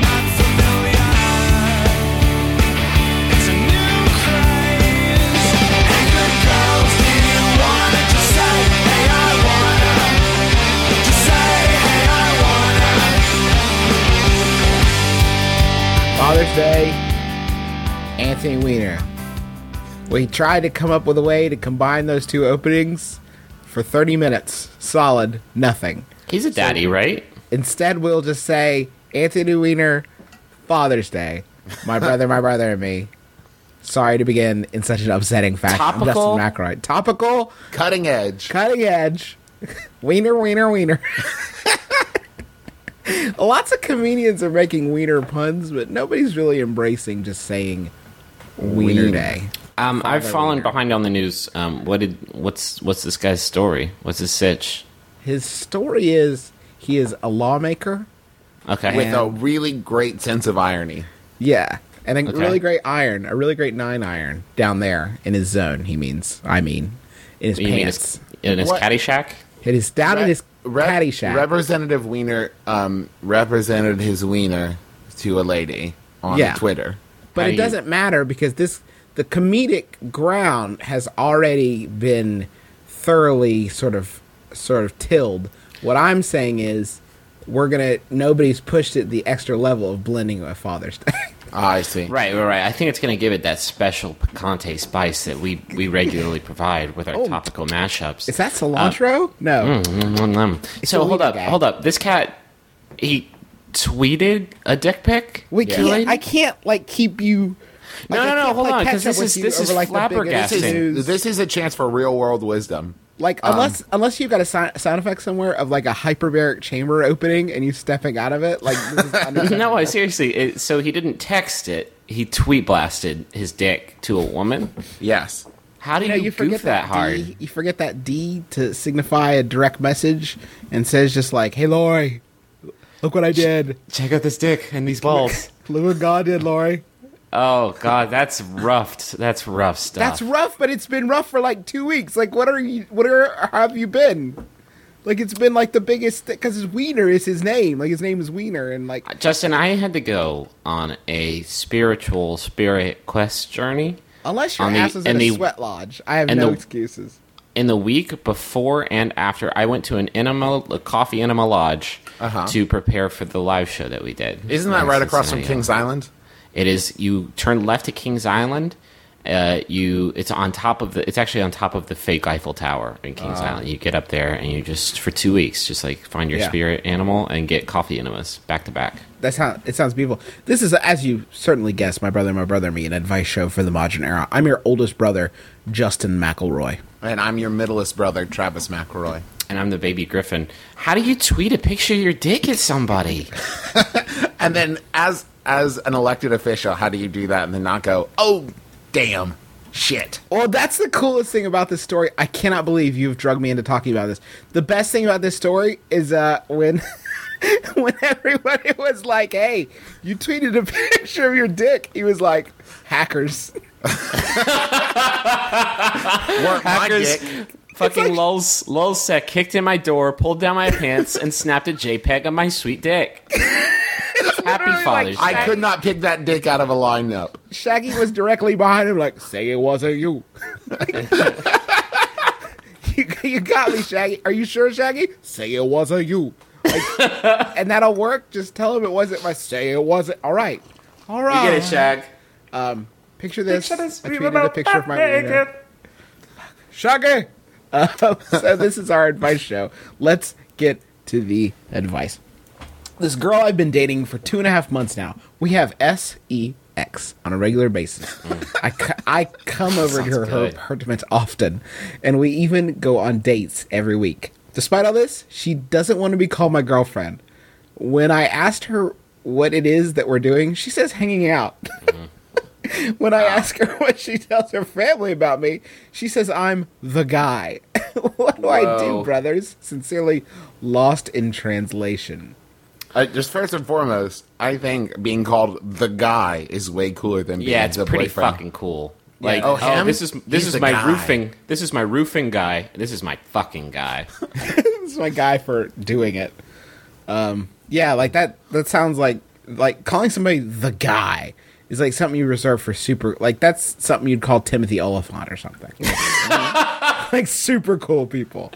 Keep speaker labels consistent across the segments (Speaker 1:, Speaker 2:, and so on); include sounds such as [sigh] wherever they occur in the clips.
Speaker 1: not familiar. It's a new craze. Hey, good girls, do you wanna just say, hey, I wanna? Just say, hey, I wanna.
Speaker 2: Father's Day, Anthony Weiner. We tried to come up with a way to combine those two openings for 30 minutes. Solid, nothing.
Speaker 3: He's a daddy, right?
Speaker 2: Instead, we'll just say Anthony Weiner, Father's Day, my brother, my brother, and me. Sorry to begin in such an upsetting fashion. I'm
Speaker 3: Topical.
Speaker 2: Justin McElroy. Topical,
Speaker 4: Cutting edge.
Speaker 2: cutting edge, [laughs] Wiener, Wiener, Wiener. [laughs] Lots of comedians are making Wiener puns, but nobody's really embracing just saying Wiener Day.
Speaker 3: Um, I've fallen behind on the news. Um, what did what's what's this guy's story? What's his sitch?
Speaker 2: His story is he is a lawmaker.
Speaker 3: Okay,
Speaker 4: With a really great sense of irony.
Speaker 2: Yeah. And a
Speaker 3: Okay.
Speaker 2: really great iron, a really great nine iron down there in his zone, he means. I mean, in his
Speaker 3: you mean
Speaker 2: pants.
Speaker 3: his, in his
Speaker 4: What?
Speaker 3: Caddyshack?
Speaker 2: it is down in his
Speaker 4: Rep-
Speaker 2: caddy shack.
Speaker 4: Representative Wiener um, represented his wiener to a lady on
Speaker 2: Yeah.
Speaker 4: Twitter.
Speaker 2: but
Speaker 3: How
Speaker 2: it
Speaker 3: you-
Speaker 2: doesn't matter because this the comedic ground has already been thoroughly sort of sort of tilled. What I'm saying is we're gonna nobody's pushed it the extra level of blending with Father's Day. [laughs]
Speaker 4: Ah, I see.
Speaker 3: Right, right, right. I think it's going to give it that special picante spice that we we regularly provide with our topical mashups.
Speaker 2: Oh. is that cilantro? no.
Speaker 3: Uh, Mm, mm, mm. So
Speaker 2: a
Speaker 3: hold
Speaker 2: weed
Speaker 3: up,
Speaker 2: guy.
Speaker 3: hold up. This cat, he tweeted a dick pic.
Speaker 2: We
Speaker 3: Yeah.
Speaker 2: can't. I can't like keep you.
Speaker 3: No,
Speaker 2: like, I
Speaker 3: no, no,
Speaker 2: can't
Speaker 3: hold
Speaker 2: play
Speaker 3: on,
Speaker 2: catch
Speaker 3: 'cause
Speaker 2: up
Speaker 3: this
Speaker 2: with
Speaker 3: is-
Speaker 2: you
Speaker 3: this is
Speaker 2: over, the biggest
Speaker 3: flabbergasting.
Speaker 2: news.
Speaker 4: This is um, a chance for real world wisdom.
Speaker 2: like unless unless you've got a sound, sound effect somewhere of like a hyperbaric chamber opening and you stepping out of it, like this is
Speaker 3: [laughs]
Speaker 2: unacceptable.
Speaker 3: No, I seriously. It, so he didn't text it. He tweet blasted his dick to a woman.
Speaker 4: Yes.
Speaker 3: How do
Speaker 2: You know,
Speaker 3: you,
Speaker 2: you forget
Speaker 3: goof that, hard?
Speaker 2: D, you forget that D to signify a direct message and says just like, "Hey, Lori, look what I did.
Speaker 3: Check out this dick and these balls.
Speaker 2: Look what God did, Lori."
Speaker 3: oh God, that's rough. That's rough stuff.
Speaker 2: That's rough, but it's been rough for like two weeks. Like, what are you? What are have you been? Like, it's been like the biggest because his Wiener is his name. Like, his name is Wiener, and like,
Speaker 3: Justin, I had to go on a spiritual spirit quest journey.
Speaker 2: unless your
Speaker 3: On the-
Speaker 2: ass is in
Speaker 3: and
Speaker 2: a
Speaker 3: the-
Speaker 2: sweat lodge, I have
Speaker 3: and
Speaker 2: no
Speaker 3: the-
Speaker 2: excuses.
Speaker 3: in the week before and after, I went to an enema, a coffee enema lodge
Speaker 4: Uh-huh.
Speaker 3: to prepare for the live show that we did.
Speaker 4: Isn't that
Speaker 3: in
Speaker 4: right across from
Speaker 3: Cincinnati.
Speaker 4: Kings Island?
Speaker 3: It is. You turn left to Kings Island. Uh, you, it's on top of the. It's actually on top of the fake Eiffel Tower in Kings Island. You get up there and you just for two weeks, just like find your
Speaker 2: Yeah.
Speaker 3: spirit animal and get coffee enemas back to back.
Speaker 2: That's how it sounds beautiful. This is, as you certainly guessed, my brother, my brother, and me, an advice show for the modern era. I'm your oldest brother, Justin McElroy.
Speaker 4: And I'm your middlest brother, Travis McElroy.
Speaker 3: And I'm the baby griffin. How do you tweet a picture of your dick at somebody?
Speaker 4: And then, as as an elected official, how do you do that and then not go, oh, damn, shit?
Speaker 2: Well, that's the coolest thing about this story. I cannot believe you've drugged me into talking about this. The best thing about this story is uh, when [laughs] when everybody was like, "Hey, you tweeted a [laughs] picture of your dick," he was like, "Hackers."
Speaker 4: Work my
Speaker 3: Hackers
Speaker 4: dick.
Speaker 3: fucking lulz lulzsec kicked in my door, pulled down my pants, and snapped a JPEG of my sweet dick. Happy Father's Day.
Speaker 4: I could not pick that dick out of a lineup.
Speaker 2: Shaggy was directly behind him, like, "Say it wasn't you." [laughs] you, you got me, Shaggy. Are you sure, Shaggy? Say it wasn't you. [laughs] Like, and that'll work. Just tell him it wasn't my. Say it wasn't. All right. All right. Um,
Speaker 3: Shag.
Speaker 2: Picture this. I tweeted a picture of my wiener. Shaggy. [laughs] Uh, so this is our advice show. Let's get to the advice. This girl I've been dating for two and a half months now. We have S E X on a regular basis. I, c- I come over to her, her
Speaker 3: good.
Speaker 2: apartment often, and we even go on dates every week. Despite all this, she doesn't want to be called my girlfriend. When I asked her what it is that we're doing, she says hanging out. [laughs] when I ask her what she tells her family about me, she says I'm the guy. [laughs] what do I do,
Speaker 4: Whoa.
Speaker 2: brothers? Sincerely, lost in translation.
Speaker 4: Uh, just first and foremost, I think being called the guy is way cooler than being
Speaker 3: Yeah, it's
Speaker 4: the
Speaker 3: pretty
Speaker 4: boyfriend.
Speaker 3: fucking cool. Like,
Speaker 4: Oh,
Speaker 3: oh,
Speaker 4: him?
Speaker 3: this is this
Speaker 4: He's the
Speaker 3: is my
Speaker 4: guy.
Speaker 3: roofing. This is my roofing guy. This is my fucking guy.
Speaker 2: This is my guy for doing it. Um, yeah, like that. That sounds like like calling somebody the guy is like something you reserve for super. Like that's something you'd call Timothy Oliphant or something. [laughs] like super cool people.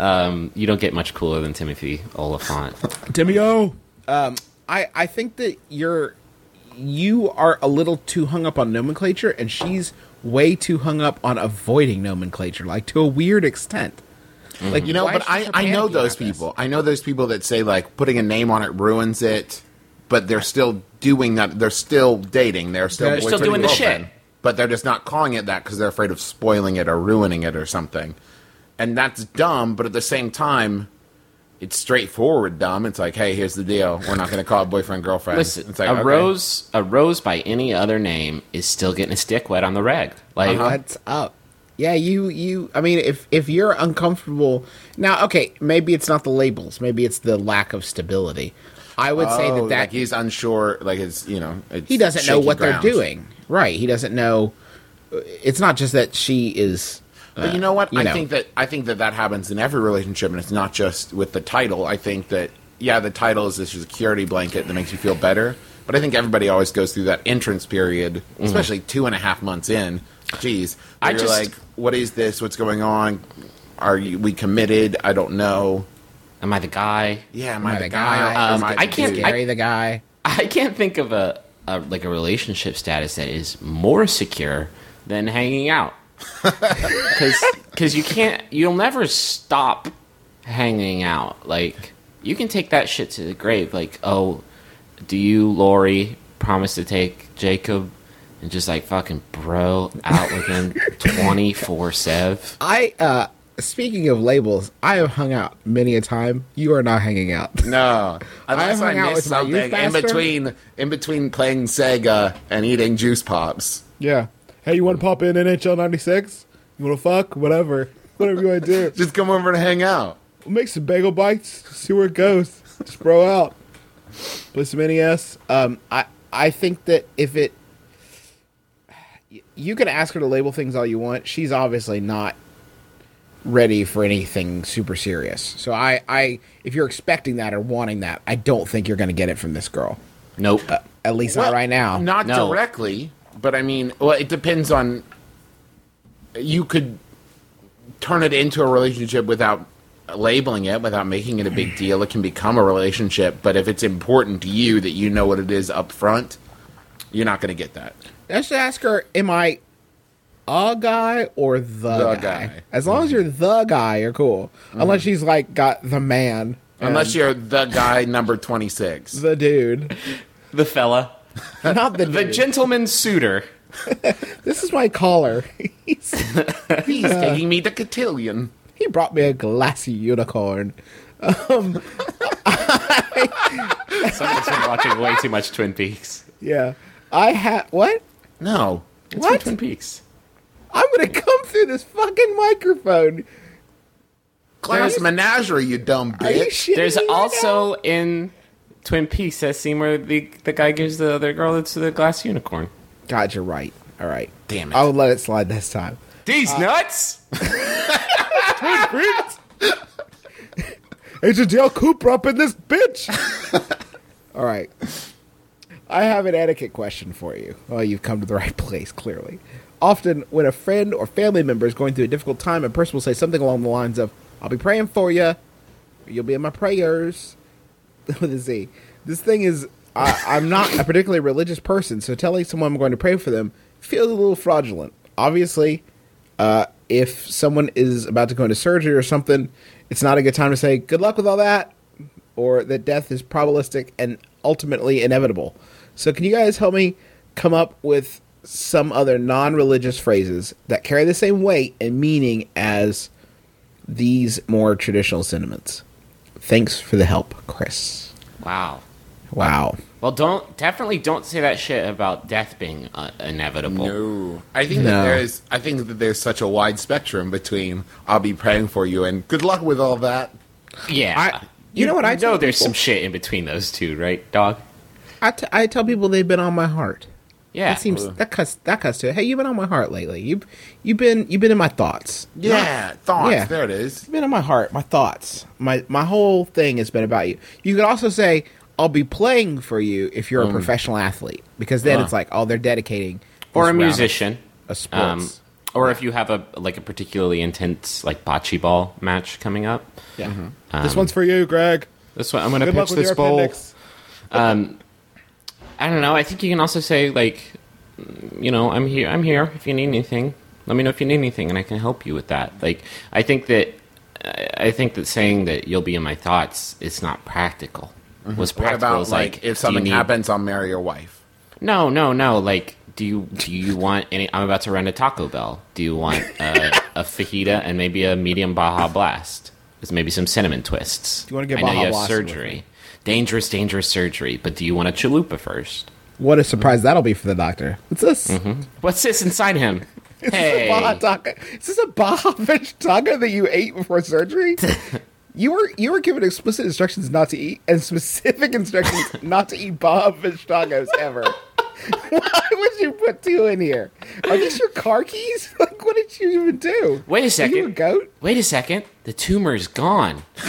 Speaker 3: you don't get much cooler than Timothy Oliphant.
Speaker 2: Demio. Um, I I think that you're you are a little too hung up on nomenclature, and she's way too hung up on avoiding nomenclature, like to a weird extent. Like
Speaker 4: You know,
Speaker 2: why
Speaker 4: but
Speaker 2: is she
Speaker 4: I,
Speaker 2: so
Speaker 4: I know
Speaker 2: panicky
Speaker 4: those
Speaker 2: about this?
Speaker 4: people. I know those people that say like putting a name on it ruins it, but they're still doing that. They're still dating. They're still
Speaker 2: They're still
Speaker 4: boyfriend
Speaker 3: doing
Speaker 4: and
Speaker 3: the shit.
Speaker 4: girlfriend, But they're just not calling it that because they're afraid of spoiling it or ruining it or something. And that's dumb. But at the same time, it's straightforward dumb. It's like, hey, here's the deal. We're not going to call it boyfriend girlfriend.
Speaker 3: Listen,
Speaker 4: [laughs] it's like
Speaker 3: a
Speaker 4: okay.
Speaker 3: rose, a rose by any other name is still getting its dick wet on the reg. Like,
Speaker 4: Uh-huh.
Speaker 2: What's up? Yeah, you you. I mean, if if you're uncomfortable now, okay, maybe it's not the labels, maybe it's the lack of stability. I would say
Speaker 4: Oh,
Speaker 2: that that
Speaker 4: like he's unsure. Like it's you know it's
Speaker 2: he doesn't know
Speaker 4: shaky
Speaker 2: what
Speaker 4: ground.
Speaker 2: they're doing, right? He doesn't know. It's not just that she is.
Speaker 4: But you know what?
Speaker 2: you
Speaker 4: I
Speaker 2: know.
Speaker 4: think that I think that that happens in every relationship, and it's not just with the title. I think that yeah, the title is this security blanket that makes you feel better. But I think everybody always goes through that entrance period, especially two and a half months in. Jeez,
Speaker 3: I
Speaker 4: Mm-hmm. I you're
Speaker 3: just-
Speaker 4: like, what is this? What's going on? Are you, we committed? I don't know.
Speaker 3: am I the guy?
Speaker 4: Yeah, am, I
Speaker 2: I
Speaker 4: the
Speaker 2: the
Speaker 4: guy?
Speaker 2: guy?
Speaker 4: Am
Speaker 3: Um,
Speaker 4: the
Speaker 3: I can't-
Speaker 4: dude?
Speaker 3: I-
Speaker 2: Gary, the guy.
Speaker 3: I can't think of a, a like a relationship status that is more secure than hanging out. Because you can't, you'll never stop hanging out. Like you can take that shit to the grave. Like, oh, do you, Lori, promise to take Jacob? And just like fucking bro out with him twenty four sev.
Speaker 2: I uh speaking of labels, I have hung out many a time. You are not hanging out. [laughs]
Speaker 4: No, unless I,
Speaker 2: hung out
Speaker 4: miss
Speaker 2: with my youth
Speaker 4: something in
Speaker 2: pastor.
Speaker 4: between in between playing Sega and eating juice pops.
Speaker 2: Yeah. Hey, you want to pop in NHL '96? You want to fuck? Whatever, whatever you want [laughs] to do.
Speaker 4: Just come over and hang out.
Speaker 2: make some bagel bites, see where it goes. Just bro out. Play some NES. Um, I I think that if it, you can ask her to label things all you want. She's obviously not ready for anything super serious. So I I if you're expecting that or wanting that, I don't think you're going to get it from this girl. Uh,
Speaker 3: Nope.
Speaker 2: At least
Speaker 4: Well,
Speaker 2: not right now.
Speaker 4: Not
Speaker 3: No.
Speaker 4: directly, but I mean, well, it depends on. You could turn it into a relationship without labeling it, without making it a big deal. It can become a relationship, but if it's important to you that you know what it is up front, you're not going to get that.
Speaker 2: Let's just ask her, am I a guy or the,
Speaker 4: The
Speaker 2: guy?
Speaker 4: guy.
Speaker 2: As long as you're
Speaker 3: Mm-hmm.
Speaker 2: the guy, you're cool. Unless she's like got the man.
Speaker 4: Unless you're the guy number 26.
Speaker 2: the
Speaker 4: [laughs]
Speaker 2: dude.
Speaker 3: The fella.
Speaker 2: Not the
Speaker 3: The
Speaker 2: dude.
Speaker 3: gentleman suitor.
Speaker 2: this is my caller. He's,
Speaker 4: He's taking me to Cotillion.
Speaker 2: he brought me a [laughs] glassy unicorn.
Speaker 3: Someone's been watching way too much Twin Peaks.
Speaker 2: Yeah. I had what?
Speaker 4: No.
Speaker 3: It's
Speaker 2: What?
Speaker 3: Twin Peaks.
Speaker 2: I'm gonna come through this fucking microphone.
Speaker 4: Class
Speaker 2: There's-
Speaker 4: Menagerie, you dumb
Speaker 2: Are you
Speaker 4: bitch.
Speaker 2: shitting
Speaker 3: There's
Speaker 2: me right now?
Speaker 3: also in Twin Peaks that scene where the, the guy gives the other girl to the glass unicorn.
Speaker 2: God, you're right. All right.
Speaker 4: Damn it.
Speaker 3: Oh,
Speaker 4: Uh,
Speaker 2: I will let it slide this time.
Speaker 3: These nuts!
Speaker 2: Agent Dale Cooper up in this bitch. All right. I have an etiquette question for you. Well, you've come to the right [laughs] place, clearly. Often, when a friend or family member is going through a difficult time, a person will say something along the lines of, I'll be praying for you. You'll be in my prayers. [laughs] With a Z. This thing is, I, I'm not a particularly religious person, so telling someone I'm going to pray for them feels a little fraudulent. Obviously, uh, if someone is about to go into surgery or something, it's not a good time to say good luck with all that, or that death is probabilistic and ultimately inevitable. So, can you guys help me come up with some other non-religious phrases that carry the same weight and meaning as these more traditional sentiments? Thanks for the help, Chris.
Speaker 3: Wow.
Speaker 2: Wow.
Speaker 3: Well, don't definitely don't say that shit about death being uh, inevitable.
Speaker 4: No, I think that
Speaker 2: No.
Speaker 4: there's I think that there's such a wide spectrum between I'll be praying for you and good luck with all that.
Speaker 3: Yeah.
Speaker 2: I- you know what I
Speaker 3: know
Speaker 2: tell
Speaker 3: there's
Speaker 2: people?
Speaker 3: some shit in between those two, right, dog?
Speaker 2: I, t- I tell people they've been on my heart.
Speaker 3: Yeah.
Speaker 2: That seems that cuts that cuts to it. Hey, you've been on my heart lately. You you've been you've been in my thoughts.
Speaker 4: Yeah, thoughts.
Speaker 2: yeah.
Speaker 4: There it is.
Speaker 2: You've been in my heart, my thoughts. My my whole thing has been about you. You could also say I'll be playing for you if
Speaker 5: Mm.
Speaker 2: you're a professional athlete because then it's like oh they're dedicating
Speaker 3: or
Speaker 2: this
Speaker 3: a
Speaker 2: round
Speaker 3: musician. Um,
Speaker 2: of sports.
Speaker 3: or if you have a like a particularly intense like bocce ball match coming up.
Speaker 2: yeah.
Speaker 5: Mm-hmm.
Speaker 3: Um,
Speaker 5: this one's for you, Greg.
Speaker 3: This one I'm gonna
Speaker 5: Good luck
Speaker 3: pitch
Speaker 5: with
Speaker 3: this
Speaker 5: your
Speaker 3: bowl.
Speaker 5: appendix.
Speaker 3: I don't know. I think you can also say like, you know, I'm here. I'm here. If you need anything, let me know if you need anything, and I can help you with that. Like, I think that I I think that saying that you'll be in my thoughts is not practical. Was
Speaker 4: What
Speaker 3: practical
Speaker 4: about
Speaker 3: is
Speaker 4: like,
Speaker 3: like,
Speaker 4: if
Speaker 3: do
Speaker 4: something
Speaker 3: you need-
Speaker 4: happens, I'll marry your wife.
Speaker 3: No, no, no. Like, do you do you want any? I'm about to run a Taco Bell. Do you want a, a fajita and maybe a medium Baja Blast? There's maybe some cinnamon twists. Do
Speaker 2: you wanna get
Speaker 3: I know
Speaker 2: Baja
Speaker 3: you have
Speaker 2: Blast with
Speaker 3: surgery, dangerous, dangerous surgery. But do you want a chalupa first?
Speaker 2: What a surprise that'll be for the doctor. [laughs] What's this?
Speaker 3: Mm-hmm. What's this
Speaker 2: [laughs]
Speaker 3: inside him? hey,
Speaker 2: Baja taco. Is this a Baja fish taco that you ate before [laughs] surgery? you were you were given explicit instructions not to eat and specific [laughs] instructions not to eat Baja fish tacos ever. [laughs] Why would you put two in here? Are these your car keys? [laughs] Like, what did you even do?
Speaker 3: wait a
Speaker 2: Are
Speaker 3: second.
Speaker 2: you a goat?
Speaker 3: Wait a second. The tumor is gone.
Speaker 2: [laughs]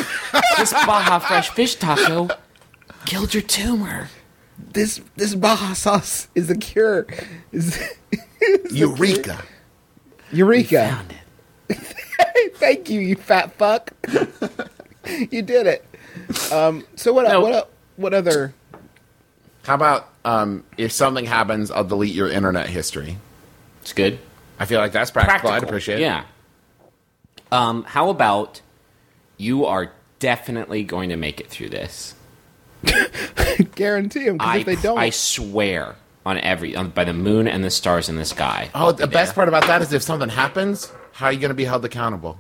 Speaker 3: this Baja fresh fish taco killed your tumor.
Speaker 2: This this Baja sauce is the cure. Is,
Speaker 4: Eureka!
Speaker 2: [laughs] Eureka!
Speaker 3: Found it.
Speaker 2: Thank you, you fat [laughs] fuck. you did it. Um, so what?
Speaker 3: No.
Speaker 2: What? What other?
Speaker 4: How about um, if something happens, I'll delete your internet history.
Speaker 3: It's good.
Speaker 4: I feel like that's practical. I'd appreciate it.
Speaker 3: Yeah. Um, how about you are definitely going to make it through this?
Speaker 2: guarantee them because
Speaker 3: I,
Speaker 2: if they don't,
Speaker 3: I swear on every on, by the moon and the stars in the sky.
Speaker 4: Oh, the best part about that is if something happens, how are you going to be held accountable?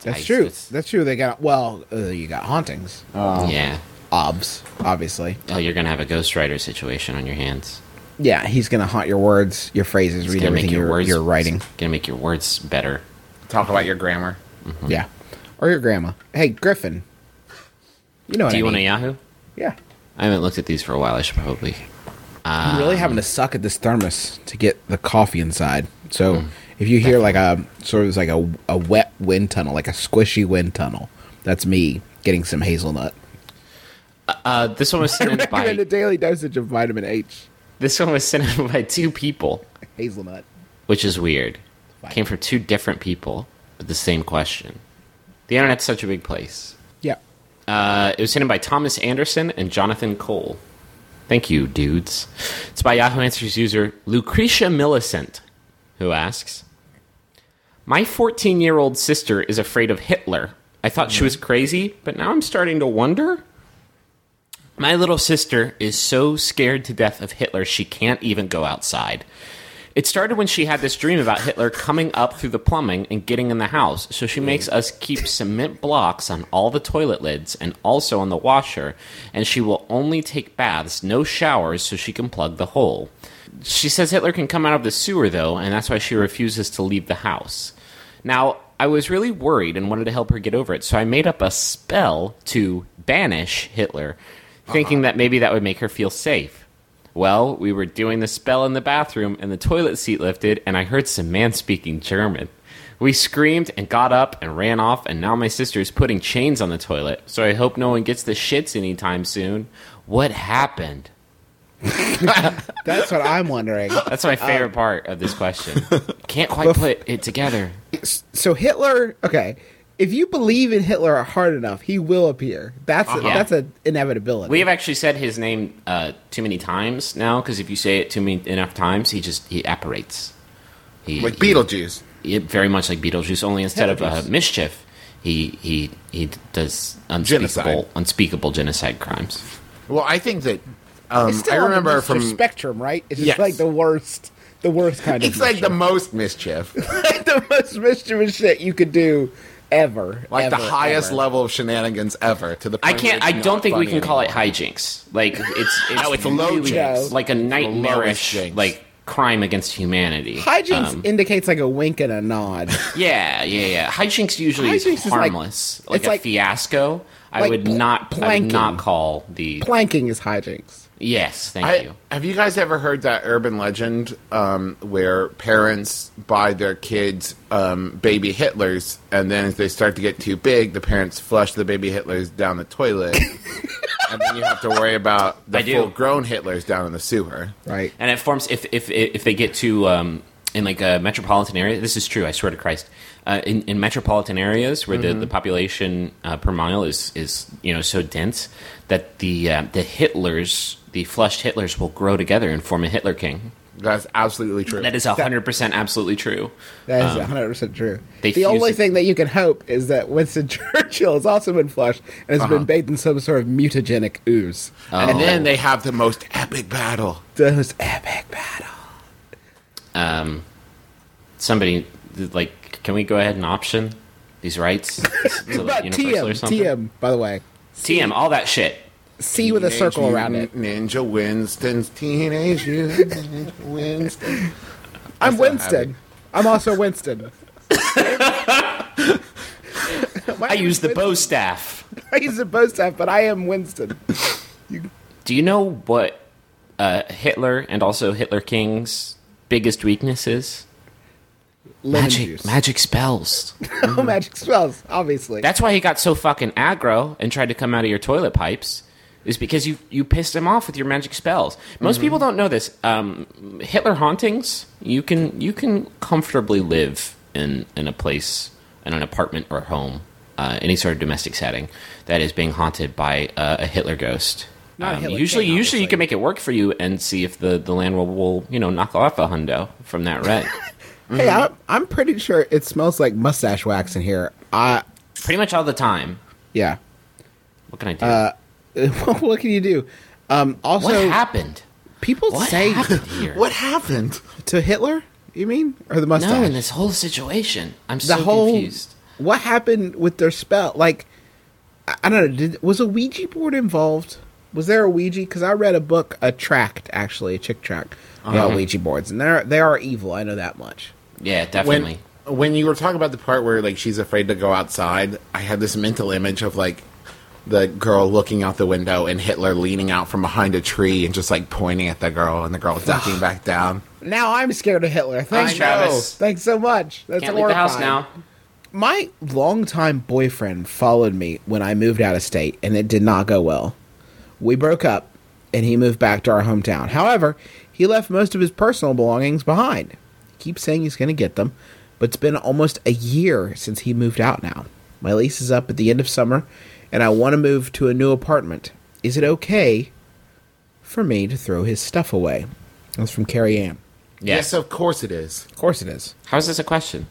Speaker 2: that's
Speaker 3: I-
Speaker 2: true.
Speaker 3: it's-
Speaker 2: That's true. They got well. Uh, you got hauntings,
Speaker 3: yeah.
Speaker 2: obs, obviously.
Speaker 3: Oh, you're gonna have a ghostwriter situation on your hands.
Speaker 2: Yeah, he's gonna haunt your words, your phrases,
Speaker 3: It's
Speaker 2: read
Speaker 3: gonna
Speaker 2: everything
Speaker 3: make your,
Speaker 2: you're,
Speaker 3: words
Speaker 2: you're writing.
Speaker 3: Gonna make your words better.
Speaker 4: Talk about your grammar.
Speaker 2: Yeah, or your grandma. Hey, Griffin. You know what
Speaker 3: Do
Speaker 2: I
Speaker 3: you want a
Speaker 2: mean.
Speaker 3: Yahoo?
Speaker 2: yeah,
Speaker 3: I haven't looked at these for a while. I should probably.
Speaker 2: I'm really having to suck at this thermos to get the coffee inside. So if you hear like a sort of like a a wet wind tunnel, like a squishy wind tunnel, that's me getting some hazelnut.
Speaker 3: [laughs] Uh, this one [laughs] was sent in
Speaker 2: Recommend a
Speaker 3: by
Speaker 2: daily dosage of vitamin H.
Speaker 3: this one was sent [laughs] in by two people,
Speaker 2: Hazelnut.
Speaker 3: which is weird. Came from two different people with the same question. The internet's such a big place.
Speaker 2: Yeah.
Speaker 3: Uh, it was sent in by Thomas Anderson and Jonathan Cole. Thank you, dudes. It's by Yahoo Answers user Lucretia Millicent, who asks My 14 year old sister is afraid of Hitler. I thought she was crazy, but now I'm starting to wonder. My little sister is so scared to death of Hitler she can't even go outside. It started when she had this dream about Hitler coming up through the plumbing and getting in the house, so she makes us keep cement blocks on all the toilet lids and also on the washer, and she will only take baths, no showers, so she can plug the hole. She says Hitler can come out of the sewer, though, and that's why she refuses to leave the house. Now, I was really worried and wanted to help her get over it, so I made up a spell to banish Hitler, thinking that maybe that would make her feel safe. Well, we were doing the spell in the bathroom, and the toilet seat lifted, and I heard some man speaking German. We screamed and got up and ran off, and now my sister is putting chains on the toilet, so I hope no one gets the shits anytime soon. What happened?
Speaker 2: That's what I'm wondering.
Speaker 3: That's my
Speaker 4: Uh,
Speaker 3: favorite part of this question.
Speaker 4: [laughs]
Speaker 3: Can't quite put it together.
Speaker 2: so Hitler, okay. If you believe in Hitler hard enough, he will appear. That's a,
Speaker 3: Yeah.
Speaker 2: that's an inevitability.
Speaker 3: We have actually said his name uh, too many times now because if you say it too many enough times, he just he apparates. He, [clears throat]
Speaker 4: Like
Speaker 3: he-
Speaker 4: Beetlejuice.
Speaker 3: yeah, very much like Beetlejuice, only instead of uh, mischief, he he he does unspeakable
Speaker 4: Genocide.
Speaker 3: unspeakable genocide crimes.
Speaker 4: Well, I think that um, I
Speaker 2: on the
Speaker 4: remember
Speaker 2: Mr.
Speaker 4: from.
Speaker 2: spectrum, right? It's just
Speaker 4: Yes.
Speaker 2: like the worst, the worst kind
Speaker 4: It's
Speaker 2: of.
Speaker 4: like
Speaker 2: mischief.
Speaker 4: the
Speaker 2: [laughs]
Speaker 4: most mischief.
Speaker 2: the most mischievous shit you could do ever.
Speaker 4: Like the
Speaker 2: ever,
Speaker 4: highest
Speaker 2: ever.
Speaker 4: level of shenanigans ever. To the
Speaker 3: I
Speaker 4: point where
Speaker 3: can't.
Speaker 4: it's
Speaker 3: I
Speaker 4: not
Speaker 3: don't think we
Speaker 4: funny
Speaker 3: can call it
Speaker 4: anymore.
Speaker 3: hijinks. Like it's
Speaker 4: [laughs]
Speaker 3: it's,
Speaker 4: No, it's low jinks.
Speaker 3: like a nightmarish
Speaker 4: jinks.
Speaker 3: like crime against humanity.
Speaker 2: Hijinks
Speaker 3: Um,
Speaker 2: indicates like a wink and a [laughs] nod.
Speaker 3: yeah, yeah, yeah. Hijinks usually
Speaker 2: Hijinks is
Speaker 3: is
Speaker 2: like-
Speaker 3: harmless. like,
Speaker 2: it's
Speaker 3: a
Speaker 2: like-
Speaker 3: fiasco. I
Speaker 2: like
Speaker 3: would
Speaker 2: pl-
Speaker 3: not. I would
Speaker 2: planking.
Speaker 3: not call the.
Speaker 2: Planking is hijinks.
Speaker 3: yes, thank
Speaker 4: I,
Speaker 3: you.
Speaker 4: have you guys ever heard that urban legend um, where parents buy their kids um, baby Hitlers, and then as they start to get too big, the parents flush the baby Hitlers down
Speaker 2: [laughs]
Speaker 4: the toilet, and then you have to worry about the
Speaker 3: I do.
Speaker 4: full-grown Hitlers down in the sewer.
Speaker 2: Right.
Speaker 3: And it forms if if if they get to um, in like a metropolitan area. This is true. I swear to Christ. Uh, in, in metropolitan areas where
Speaker 2: Mm-hmm.
Speaker 3: the, the population uh, per mile is is you know so dense that the uh, the Hitlers the flushed Hitlers will grow together and form a Hitler king.
Speaker 4: That's absolutely true.
Speaker 3: That is hundred percent absolutely true.
Speaker 2: That is 100 percent true.
Speaker 3: Um, they
Speaker 2: The
Speaker 3: fuse
Speaker 2: only
Speaker 3: it-
Speaker 2: thing that you can hope is that Winston [laughs] Churchill has also been flushed and has
Speaker 3: Uh-huh.
Speaker 2: been bathed in some sort of mutagenic ooze.
Speaker 4: and then they have the most epic battle.
Speaker 2: That was epic battle.
Speaker 3: Um, Somebody like, can we go ahead and option
Speaker 2: [laughs]
Speaker 3: these rights? To, like,
Speaker 2: But
Speaker 3: Universal
Speaker 2: TM, TM, by the way,
Speaker 3: TM, all that shit.
Speaker 2: C with a
Speaker 4: Teenage
Speaker 2: circle around it.
Speaker 4: Mutant Ninja Winston's teenage mutant Ninja Winston.
Speaker 2: [laughs] I'm
Speaker 4: still have
Speaker 2: Winston. I'm also Winston.
Speaker 3: I use the bow staff.
Speaker 2: I use a bow staff, but I am Winston.
Speaker 3: Do you know what uh, Hitler and also Hitler King's biggest weakness is?
Speaker 2: Lemon
Speaker 3: magic,
Speaker 2: juice.
Speaker 3: magic spells.
Speaker 2: No magic spells, obviously.
Speaker 3: That's why he got so fucking aggro and tried to come out of your toilet pipes. Is because you, you pissed him off with your magic spells.
Speaker 2: Mm-hmm.
Speaker 3: Most people don't know this. Um, Hitler hauntings. You can you can comfortably live in in a place, in an apartment or home, uh, any sort of domestic setting that is being haunted by uh, a Hitler ghost.
Speaker 2: Not
Speaker 3: Um,
Speaker 2: Hitler
Speaker 3: usually,
Speaker 2: King, obviously.
Speaker 3: usually you can make it work for you and see if the, the landlord will, you know knock off a hundo from that
Speaker 2: [laughs]
Speaker 3: rent.
Speaker 2: hey, I, I'm pretty sure it smells like mustache wax in here. I
Speaker 3: Pretty much all the time.
Speaker 2: yeah. [laughs]
Speaker 3: What can I do?
Speaker 2: Uh, what can you do? Um, also,
Speaker 3: what happened?
Speaker 2: people
Speaker 3: What
Speaker 2: say
Speaker 3: happened here?
Speaker 2: [laughs]
Speaker 4: What happened?
Speaker 2: to Hitler. You mean or the mustache?
Speaker 3: No, in this whole situation, I'm
Speaker 2: the
Speaker 3: so
Speaker 2: whole
Speaker 3: confused.
Speaker 2: what happened with their spell? Like, I, I don't know. Did, was a Ouija board involved? Was there a Ouija? Because I read a book, a tract actually, a chick tract about
Speaker 3: Uh-huh.
Speaker 2: Ouija boards, and they're they are evil. I know that much.
Speaker 3: Yeah,
Speaker 4: when
Speaker 3: definitely.
Speaker 4: when you were talking about the part where like she's afraid to go outside, I had this mental image of like the girl looking out the window and Hitler leaning out from behind a tree and just like pointing at the girl and the girl
Speaker 2: [sighs]
Speaker 4: ducking back down.
Speaker 2: Now I'm scared of Hitler. Thanks,
Speaker 3: I know.
Speaker 2: Travis. Thanks so much. That's
Speaker 3: Can't leave the house
Speaker 2: horrifying.
Speaker 3: now.
Speaker 2: My longtime boyfriend followed me when I moved out of state, and it did not go well. We broke up, and he moved back to our hometown. However, he left most of his personal belongings behind. He keeps saying he's going to get them, but it's been almost a year since he moved out now. My lease is up at the end of summer, and I want to move to a new apartment. Is it okay for me to throw his stuff away? That's from Carrie Ann.
Speaker 3: Yeah.
Speaker 4: Yes, of course it is.
Speaker 2: Of course it is.
Speaker 3: How's this a question?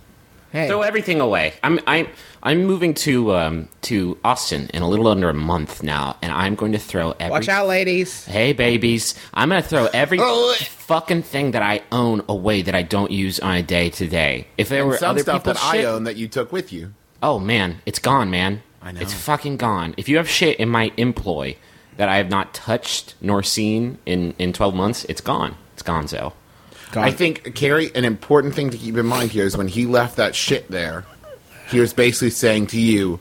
Speaker 2: Hey.
Speaker 3: Throw everything away. I'm I'm I'm moving to um to Austin in a little under a month now, and I'm going to throw every.
Speaker 2: Watch out, ladies.
Speaker 3: Hey babies, I'm gonna throw every fucking thing that I own away that I don't use on a day to day. If there were
Speaker 4: Some
Speaker 3: other
Speaker 4: stuff that
Speaker 3: people's
Speaker 4: I
Speaker 3: shit-
Speaker 4: own that you took with you.
Speaker 3: Oh man, it's gone, man.
Speaker 4: I know.
Speaker 3: It's fucking gone. If you have shit in my employ that I have not touched nor seen in in 12 months, it's gone. It's gonzo.
Speaker 4: I think Carrie, an important thing to keep in mind here is when he left that shit there, he was basically saying to you,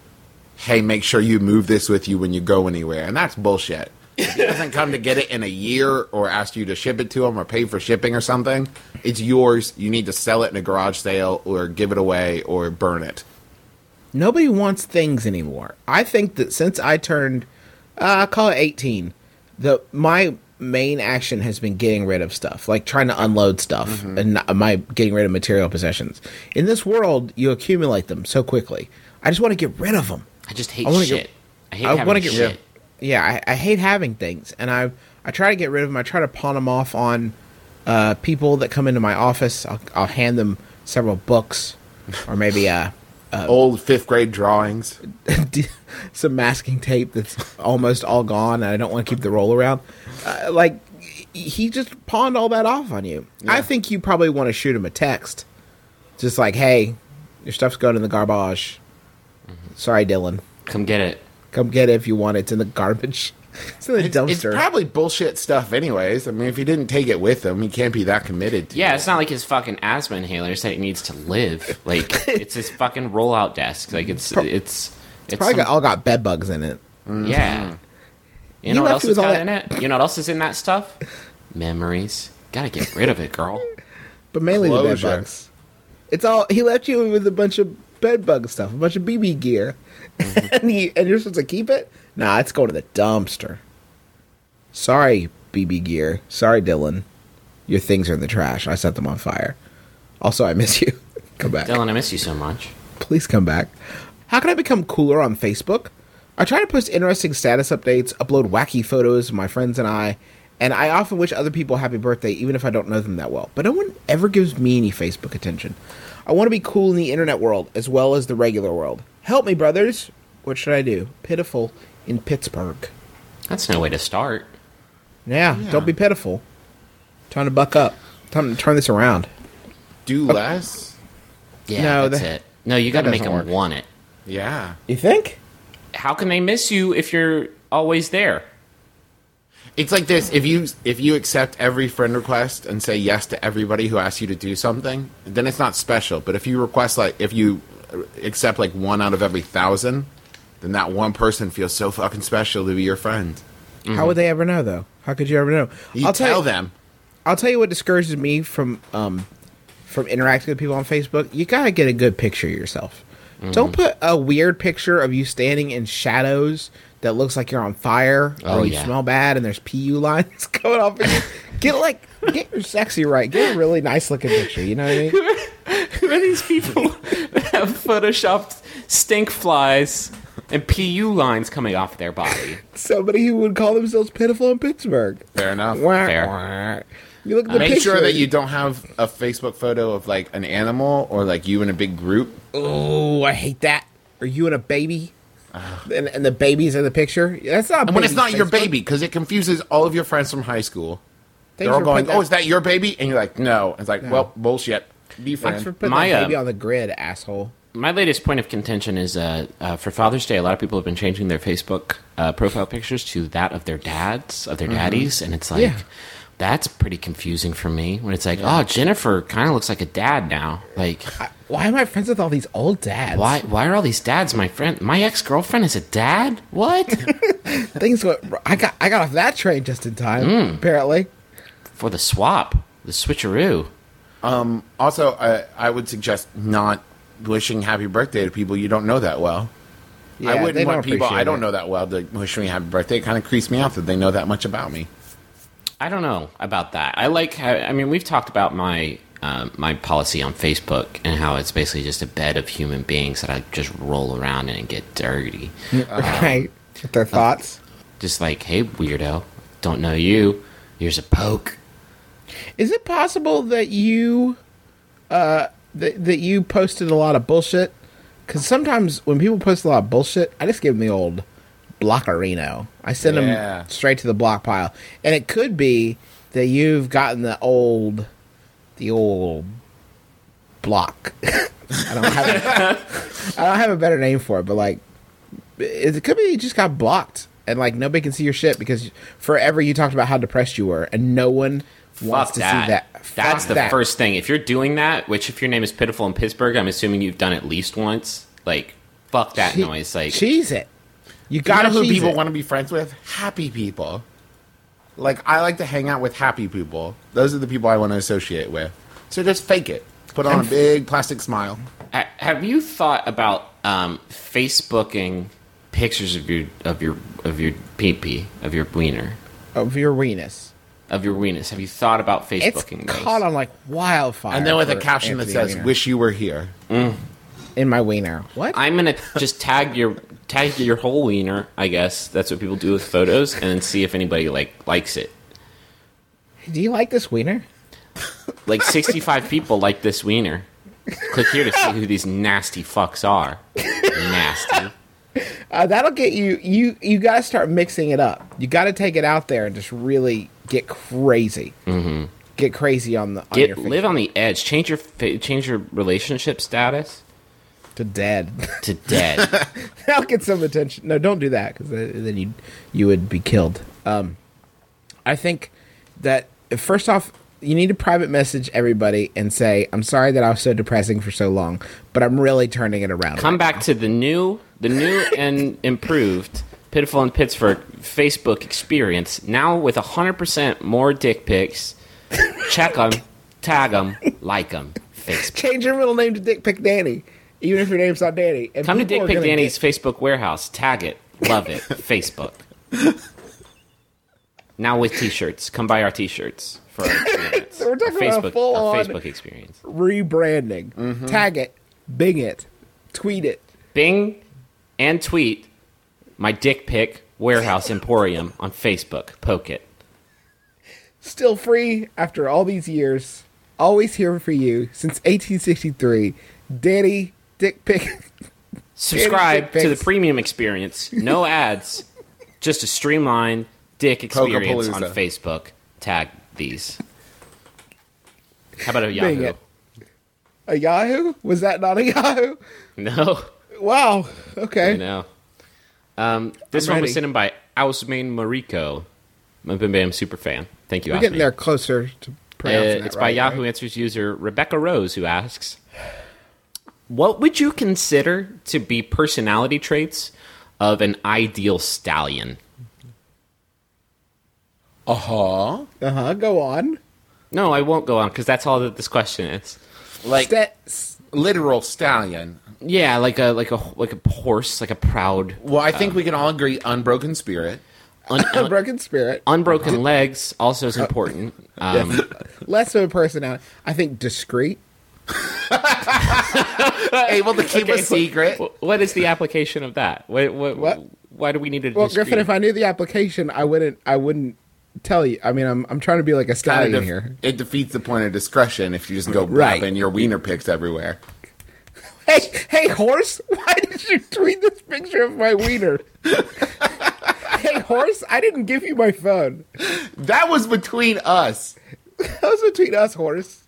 Speaker 4: "Hey, make sure you move this with you when you go anywhere," and that's bullshit. If he doesn't come to get it in a year or ask you to ship it to him or pay for shipping or something, it's yours. You need to sell it in a garage sale or give it away or burn it.
Speaker 2: Nobody wants things anymore. I think that since I turned, uh, I call it eighteen, the my main action has been getting rid of stuff, like trying to unload stuff, and not, my getting rid of material possessions. In this world, you accumulate them so quickly. I just want to get rid of them.
Speaker 3: I just hate
Speaker 2: I wanna
Speaker 3: shit.
Speaker 2: get-
Speaker 3: I hate
Speaker 2: I
Speaker 3: having
Speaker 2: want to get
Speaker 3: shit.
Speaker 2: rid. Yeah, I, I hate having things, and I I try to get rid of them. I try to pawn them off on uh, people that come into my office. I'll, I'll hand them several books, or maybe uh,
Speaker 4: Old fifth grade drawings.
Speaker 2: [laughs] some masking tape that's almost all gone and I don't want to keep the roll around. Uh, like he just pawned all that off on you. I think you probably want to shoot him a text. Just like, "Hey, your stuff's going in the garbage. Sorry, Dylan.
Speaker 3: Come get it.
Speaker 2: Come get it if you want. it. It's in the garbage. [laughs] It's in the dumpster.
Speaker 4: It's probably bullshit stuff, anyways. I mean, if he didn't take it with him, he can't be that committed. To
Speaker 3: Yeah,
Speaker 4: it.
Speaker 3: it's not like his fucking asthma inhaler said he needs to live.
Speaker 2: [laughs]
Speaker 3: Like it's his fucking rollout desk. Like it's it's it's
Speaker 2: probably
Speaker 3: some-
Speaker 2: got, all got bed bugs in it.
Speaker 3: yeah. You
Speaker 2: You
Speaker 3: know what
Speaker 2: left
Speaker 3: else
Speaker 2: it
Speaker 3: is
Speaker 2: with all
Speaker 3: got in it? You know what else is in that stuff? Memories. Gotta get rid of it, girl.
Speaker 2: But mainly the bed
Speaker 4: Closure.
Speaker 2: bugs. It's all he left you with a bunch of bed bug stuff, a bunch of BB gear, [laughs] and he, and you're supposed to keep it. Nah, it's going to the dumpster. Sorry, BB gear. Sorry, Dylan. Your things are in the trash. I set them on fire. Also, I miss you. [laughs] come back,
Speaker 3: Dylan, I miss you so much.
Speaker 2: please. Come back. How can I become cooler on Facebook? I try to post interesting status updates, upload wacky photos of my friends and I, and I often wish other people happy birthday, even if I don't know them that well. But no one ever gives me any Facebook attention. I want to be cool in the internet world as well as the regular world. Help me, brothers. What should I do? Pitiful in Pittsburgh.
Speaker 3: That's no way to start.
Speaker 2: Yeah, don't be pitiful. Time to buck up. Time to turn this around.
Speaker 4: do less.
Speaker 3: Yeah,
Speaker 2: No,
Speaker 3: that's
Speaker 2: that-
Speaker 3: it. No, you gotta make
Speaker 2: doesn't
Speaker 3: them
Speaker 2: work.
Speaker 3: want it.
Speaker 4: Yeah,
Speaker 2: You think?
Speaker 3: How can they miss you if you're always there?
Speaker 4: it's like this. If you if you accept every friend request and say yes to everybody who asks you to do something, then it's not special. But if you request like if you uh, accept like one out of every thousand, then that one person feels so fucking special to be your friend.
Speaker 2: How would they ever know, though? How could you ever know?
Speaker 4: Mm-hmm. You
Speaker 2: I'll
Speaker 4: tell,
Speaker 2: tell you-
Speaker 4: them.
Speaker 2: I'll tell you what discourages me from um, from interacting with people on Facebook. You gotta get a good picture of yourself.
Speaker 4: Mm-hmm.
Speaker 2: Don't put a weird picture of you standing in shadows that looks like you're on fire
Speaker 3: Oh,
Speaker 2: or you
Speaker 3: yeah.
Speaker 2: smell bad and there's PU [laughs] lines coming off. Of you. Get like get your sexy right. Get a really nice looking picture. You know what I mean?
Speaker 4: [laughs]
Speaker 3: Who are these people [laughs] that have photoshopped stink flies and PU lines coming off their body?
Speaker 2: Somebody who would call themselves pitiful in Pittsburgh.
Speaker 4: Fair enough.
Speaker 2: Wah,
Speaker 3: Fair.
Speaker 2: wah. You look at the
Speaker 4: Make
Speaker 2: picture
Speaker 4: sure that you don't have a Facebook photo of like an animal or like you in a big group.
Speaker 2: Oh, I hate that. Are you and a baby? And, and the baby's in the picture. That's not.
Speaker 4: And when it's
Speaker 2: baby's
Speaker 4: not your
Speaker 2: Facebook.
Speaker 4: baby, because it confuses all of your friends from high school.
Speaker 2: Thanks
Speaker 4: They're all
Speaker 2: for
Speaker 4: going,
Speaker 2: putting
Speaker 4: "Oh, is that your baby?" And you're like, "No." It's like, "Well, bullshit." Be
Speaker 2: Thanks for
Speaker 4: friend.
Speaker 2: putting
Speaker 3: My,
Speaker 2: that
Speaker 3: uh,
Speaker 2: baby on the grid, asshole.
Speaker 3: My latest point of contention is uh, uh, for Father's Day, a lot of people have been changing their Facebook uh, profile pictures to that of their dads, of their daddies, and it's like,
Speaker 2: Mm-hmm. Yeah.
Speaker 3: that's pretty confusing for me when it's like, oh, Jennifer kind of looks like a dad now. Like,
Speaker 2: Why am I friends with all these old dads?
Speaker 3: why, why are all these dads my friend? My ex girlfriend is a dad?
Speaker 2: [laughs]
Speaker 3: What?
Speaker 2: things went? I got I got off that train just in time. Apparently,
Speaker 3: for the swap, the switcheroo.
Speaker 4: Also, I, I would suggest not wishing happy birthday to people you don't know that well. I
Speaker 2: Yeah, they
Speaker 4: wouldn't
Speaker 2: don't
Speaker 4: want people I
Speaker 2: appreciate
Speaker 4: don't
Speaker 2: it.
Speaker 4: know that well to wish me happy birthday. It kind of creeps me out that they know that much about me.
Speaker 3: I don't know about that. I like. How, I mean, we've talked about my um my policy on Facebook and how it's basically just a bed of human beings that I just roll around in and get dirty.
Speaker 2: right? Uh-huh. With their thoughts.
Speaker 3: Just like, hey, weirdo, don't know you. Here's a poke.
Speaker 2: Uh, Is it possible that you, uh, that, that you posted a lot of bullshit? Because sometimes when people post a lot of bullshit, I just give them the old blockerino. I send
Speaker 4: Yeah.
Speaker 2: them straight to the block pile, and it could be that you've gotten the old, the old block. I don't have, I don't have a better name for it, but like, it it could be you just got blocked. And like nobody can see your shit because forever you talked about how depressed you were, and no one wants
Speaker 3: Fuck
Speaker 2: to
Speaker 3: that.
Speaker 2: see that.
Speaker 3: That's
Speaker 2: Fuck
Speaker 3: the
Speaker 2: that.
Speaker 3: first thing. If you're doing that, which if your name is Pitiful in Pittsburgh, I'm assuming you've done at least once. Like, fuck that
Speaker 2: Che-
Speaker 3: noise. Like,
Speaker 2: cheese it. You
Speaker 4: You
Speaker 2: gotta
Speaker 4: know who
Speaker 2: cheese
Speaker 4: people
Speaker 2: it.
Speaker 4: want to be friends with? Happy people. Like I like to hang out with happy people. Those are the people I want to associate with. So just fake it. Put on a big plastic smile.
Speaker 3: Ha- Have you thought about um, Facebooking pictures of your of your of your pee pee of your wiener
Speaker 2: of your weenus.
Speaker 3: of your weenus? Have you thought about
Speaker 2: It's
Speaker 3: Facebooking those?
Speaker 2: caught on like wildfire.
Speaker 4: And then with a
Speaker 2: for
Speaker 4: caption that
Speaker 2: Anthony
Speaker 4: says,
Speaker 2: Weiner.
Speaker 4: "Wish you were here."
Speaker 2: in my wiener." What?
Speaker 3: I'm gonna just tag your tag your whole wiener. I guess that's what people do with photos, and then see if anybody like likes it.
Speaker 2: Do you like this wiener? [laughs]
Speaker 3: Like 65 people like this wiener. Click here to see who these nasty fucks are. Nasty.
Speaker 2: Uh, that'll get you. You you gotta start mixing it up. You gotta take it out there and just really get crazy. Mm-hmm. Get crazy on the on
Speaker 3: Get
Speaker 2: your
Speaker 3: live on the edge. Change your fa- change your relationship status
Speaker 2: to [laughs] dead.
Speaker 3: to dead.
Speaker 2: I'll get some attention. No, don't do that because then you you would be killed. Um, I think that first off, you need to private message everybody and say, "I'm sorry that I was so depressing for so long, but I'm really turning it around."
Speaker 3: Come back to the new, the new and improved Pitiful and Pittsburgh Facebook experience now with 100% more dick pics. Check them, tag them, like them. Facebook.
Speaker 2: Change your middle name to Dick Pick Danny, even if your name's not Danny. And
Speaker 3: Come to
Speaker 2: people
Speaker 3: Dick
Speaker 2: are
Speaker 3: Pick
Speaker 2: gonna
Speaker 3: Danny's
Speaker 2: get-
Speaker 3: Facebook warehouse. Tag it. Love
Speaker 2: [laughs]
Speaker 3: it. Facebook. Now with t-shirts. Come buy our t-shirts
Speaker 2: [laughs]
Speaker 3: for our experience.
Speaker 2: We're talking
Speaker 3: our
Speaker 2: about a
Speaker 3: Facebook,
Speaker 2: full-on-
Speaker 3: our Facebook experience.
Speaker 2: rebranding.
Speaker 3: Mm-hmm.
Speaker 2: Tag it, Bing it, tweet it.
Speaker 3: Bing and tweet my dick pic warehouse emporium on Facebook. Poke it.
Speaker 2: Still free after all these years. Always here for you since 1863. Danny Dick Pick.
Speaker 3: Subscribe
Speaker 2: dick pics.
Speaker 3: to the premium
Speaker 2: [laughs]
Speaker 3: experience. No ads. just a streamlined dick experience on
Speaker 4: Pokapalooza.
Speaker 3: Facebook. Tag these. How about a
Speaker 2: Bing
Speaker 3: Yahoo?
Speaker 2: it. A Yahoo? Was that not a [laughs] Yahoo?
Speaker 3: [laughs] No.
Speaker 2: Wow.
Speaker 3: I
Speaker 2: Okay.
Speaker 3: know. Um, this
Speaker 2: I'm
Speaker 3: one
Speaker 2: ready.
Speaker 3: was sent in by Ausmain Mariko. I'm a Bam Bam super fan. Thank you,
Speaker 2: We're getting
Speaker 3: Ausmain.
Speaker 2: there closer to
Speaker 3: Uh,
Speaker 2: pronouncing that
Speaker 3: it's by
Speaker 2: right,
Speaker 3: Yahoo
Speaker 2: right?
Speaker 3: Answers user Rebecca Rose who asks, "What would you consider to be personality traits of an ideal stallion?"
Speaker 4: Uh huh.
Speaker 2: Uh huh. Go on.
Speaker 3: No, I won't go on because that's all that this question is.
Speaker 4: Like
Speaker 2: Stats.
Speaker 4: literal stallion.
Speaker 3: Yeah, like a like a like a horse, like a proud,
Speaker 4: Well, I
Speaker 2: Oh.
Speaker 4: think we can all agree unbroken spirit.
Speaker 2: [coughs]
Speaker 3: un- un-
Speaker 2: Broken spirit.
Speaker 3: unbroken legs also
Speaker 2: Uh,
Speaker 3: is important. Um,
Speaker 2: Less of a personality. I think discreet.
Speaker 4: Able to keep a
Speaker 3: Okay,
Speaker 4: secret.
Speaker 3: wh- What is the application of that? What, what,
Speaker 2: What?
Speaker 3: Why do we need to?
Speaker 2: Well, Griffin, if I knew the application, I wouldn't. I wouldn't tell you. I mean, I'm I'm trying to be like a
Speaker 4: Kinda
Speaker 2: stallion
Speaker 4: def-
Speaker 2: here.
Speaker 4: It defeats the point of discretion if you just go
Speaker 2: Right.
Speaker 4: right and your wiener pics everywhere.
Speaker 2: Hey, hey, horse! [laughs] Why did you tweet this picture of my
Speaker 3: [laughs]
Speaker 2: wiener? hey, horse! I didn't give you my phone.
Speaker 4: That was between us.
Speaker 2: That was between us, horse.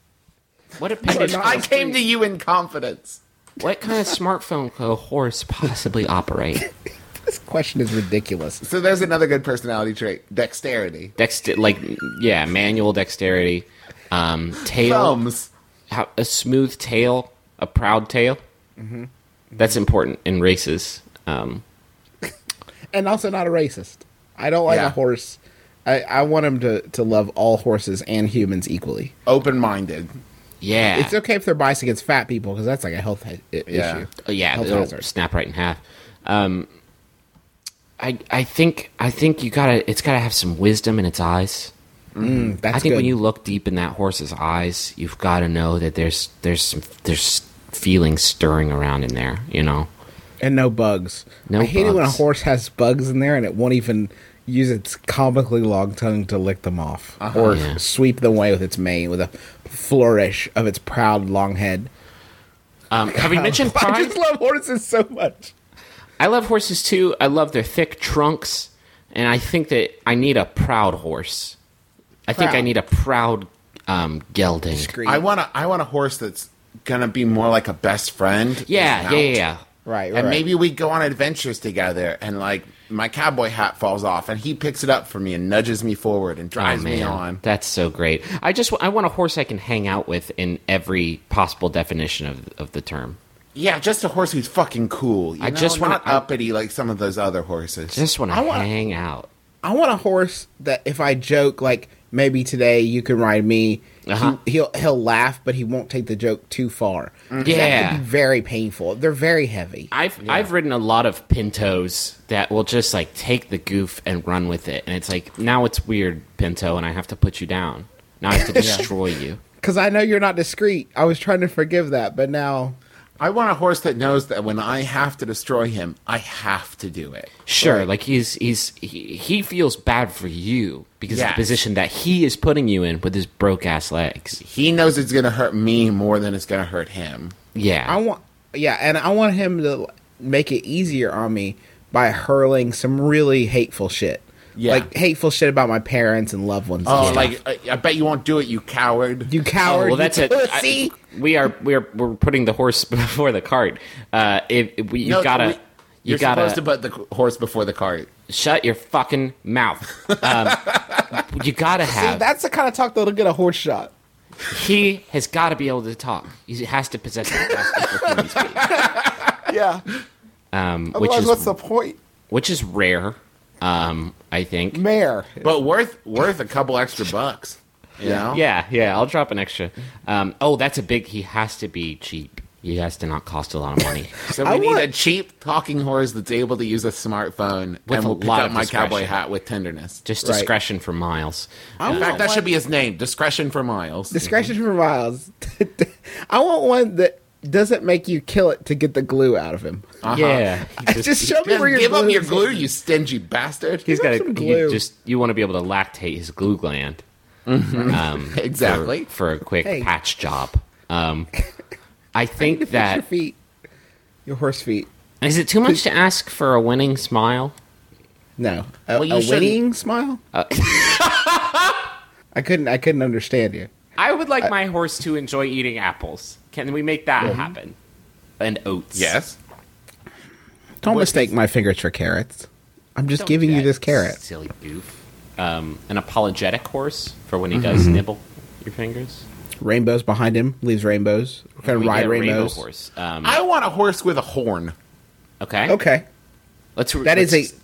Speaker 3: what appendage?
Speaker 2: not-
Speaker 4: I came to you in confidence.
Speaker 3: what kind of smartphone could a horse possibly operate?
Speaker 2: This question is ridiculous.
Speaker 4: So there's another good personality trait: dexterity.
Speaker 3: Dext, like yeah, manual dexterity, um, tail,
Speaker 4: Thumbs.
Speaker 3: how, a smooth tail, a proud tail.
Speaker 2: Mm-hmm.
Speaker 3: That's important in races. Um,
Speaker 2: And also not a racist. I don't like
Speaker 4: Yeah.
Speaker 2: a horse. I, I want him to, to love all horses and humans equally.
Speaker 4: Open-minded.
Speaker 3: yeah,
Speaker 2: It's okay if they're biased against fat people because that's like a health i- i-
Speaker 4: Yeah.
Speaker 2: issue.
Speaker 3: Oh, yeah,
Speaker 2: Health
Speaker 3: it'll
Speaker 2: hazard.
Speaker 3: snap right in half. Um, I I think I think you gotta it's gotta have some wisdom in its eyes.
Speaker 2: Mm, That's
Speaker 3: I think
Speaker 2: good.
Speaker 3: when you look deep in that horse's eyes, you've got to know that there's there's some there's feelings stirring around in there. You know,
Speaker 2: and no bugs.
Speaker 3: No
Speaker 2: I hate it when a
Speaker 3: bugs.
Speaker 2: horse has bugs in there and it won't even use its comically long tongue to lick them off
Speaker 4: Uh-huh.
Speaker 2: or
Speaker 3: Yeah.
Speaker 2: sweep them away with its mane with a flourish of its proud long head.
Speaker 3: um, have you mentioned
Speaker 2: [laughs] I
Speaker 3: pride?
Speaker 2: just love horses so much.
Speaker 3: I love horses too. I love their thick trunks, and I think that I need a proud horse. I think I
Speaker 2: Proud.
Speaker 3: need a proud um, gelding.
Speaker 4: I want a I want a horse that's gonna be more like a best friend.
Speaker 3: Yeah,
Speaker 4: Mount.
Speaker 3: yeah, yeah, yeah.
Speaker 2: Right, right.
Speaker 4: And maybe we go on adventures together, and like my cowboy hat falls off, and he picks it up for me and nudges me forward and drives me on.
Speaker 3: Oh, That's so great. I just I want a horse I can hang out with in every possible definition of of the term.
Speaker 4: Yeah, just a horse who's fucking cool. You
Speaker 3: I
Speaker 4: know?
Speaker 3: just wanna-
Speaker 4: not
Speaker 3: I-
Speaker 4: uppity like some of those other horses.
Speaker 3: Just want to
Speaker 2: I wanna-
Speaker 3: hang out.
Speaker 2: I want a horse that if I joke like maybe today you can ride me,
Speaker 3: Uh-huh. Mm-hmm.
Speaker 2: he, will he'll laugh, but he won't take the joke too far. that
Speaker 3: Yeah.
Speaker 2: could be very painful. They're very heavy.
Speaker 3: I've I've ridden a lot of pintos that will just like take the goof and run with it, and it's like now it's weird pinto, and I have to put you down. Now I [laughs] have to destroy you.
Speaker 2: Because I know you're not discreet. I was trying to forgive that, but now
Speaker 4: I want a horse that knows that when I have to destroy him, I have to do it.
Speaker 3: Sure, like he's he's he, he feels bad for you because of
Speaker 4: Yes.
Speaker 3: the position that he is putting you in with his broke ass legs.
Speaker 4: He knows it's gonna hurt me more than it's gonna hurt him.
Speaker 3: Yeah,
Speaker 2: I want, yeah, and I want him to make it easier on me by hurling some really hateful shit.
Speaker 4: Yeah.
Speaker 2: like hateful shit about my parents and loved ones.
Speaker 4: Oh,
Speaker 2: and stuff.
Speaker 4: like I, I bet you won't do it, you coward.
Speaker 2: you coward.
Speaker 3: oh, well, that's
Speaker 2: you
Speaker 3: it. I-
Speaker 2: pussy.
Speaker 3: we are we are we're putting the horse [laughs] before the cart. Uh, if, if we, you
Speaker 4: No,
Speaker 3: gotta
Speaker 4: we-
Speaker 3: you
Speaker 4: You're
Speaker 3: gotta
Speaker 4: supposed to put the c- horse before the cart.
Speaker 3: shut your fucking mouth. Um,
Speaker 4: [laughs]
Speaker 3: you gotta have.
Speaker 2: that's the kind of talk that'll get a horse shot.
Speaker 3: he has got to be able to talk. He has to possess the capacity for human speech,
Speaker 6: Yeah.
Speaker 3: um, which
Speaker 6: Otherwise,
Speaker 3: is
Speaker 6: what's the point?
Speaker 3: which is rare. Um, I think.
Speaker 6: Mayor.
Speaker 4: But worth worth a couple extra bucks. You know?
Speaker 3: Yeah, yeah. I'll drop an extra. Um, oh, that's a big. He has to be cheap. He has to not cost a lot of
Speaker 4: [laughs]
Speaker 3: money.
Speaker 4: So we need a cheap talking horse that's able to use a smartphone
Speaker 3: With
Speaker 4: and
Speaker 3: a
Speaker 4: will pick
Speaker 3: lot of
Speaker 4: up my
Speaker 3: discretion.
Speaker 4: cowboy hat with tenderness.
Speaker 3: Just
Speaker 2: Right.
Speaker 3: discretion for miles.
Speaker 4: In fact, that should be his name. Discretion for miles.
Speaker 3: Mm-hmm.
Speaker 2: Discretion for Miles. [laughs] I want one that doesn't make you kill it to get the glue out of him.
Speaker 4: Uh-huh.
Speaker 3: Yeah,
Speaker 2: Just, show me
Speaker 4: Just
Speaker 2: where your
Speaker 4: give
Speaker 2: glue
Speaker 4: up your
Speaker 2: is.
Speaker 4: glue, you stingy bastard.
Speaker 3: he's
Speaker 4: [laughs]
Speaker 3: got
Speaker 2: some
Speaker 3: to
Speaker 2: glue.
Speaker 3: you just. You want to be able to lactate his glue gland. Um,
Speaker 4: Exactly.
Speaker 3: for, for a quick
Speaker 2: Hey.
Speaker 3: patch job. Um,
Speaker 2: [laughs]
Speaker 3: I think
Speaker 2: your
Speaker 3: that
Speaker 2: feet. Your horse feet.
Speaker 3: is it too much to ask for a winning smile.
Speaker 2: No, a,
Speaker 4: you
Speaker 2: a
Speaker 4: shouldn't-
Speaker 2: winning smile.
Speaker 3: Uh,
Speaker 2: [laughs] I couldn't. I couldn't understand you.
Speaker 3: I would like my horse to enjoy eating apples. Can we make that happen? And oats.
Speaker 4: Yes.
Speaker 2: Don't mistake my fingers for carrots. I'm just
Speaker 3: Don't
Speaker 2: giving
Speaker 3: do
Speaker 2: you
Speaker 3: that,
Speaker 2: this carrot.
Speaker 3: Silly goof. Um, an apologetic horse for
Speaker 2: Mm-hmm.
Speaker 3: when he does nibble your fingers.
Speaker 2: Rainbows behind him leaves rainbows. We're gonna
Speaker 3: We
Speaker 2: ride
Speaker 3: get a rainbow
Speaker 2: rainbows.
Speaker 3: horse. Um,
Speaker 4: I want a horse with a horn.
Speaker 3: okay.
Speaker 2: Okay,
Speaker 3: Let's.
Speaker 2: that is
Speaker 3: let's-
Speaker 2: a.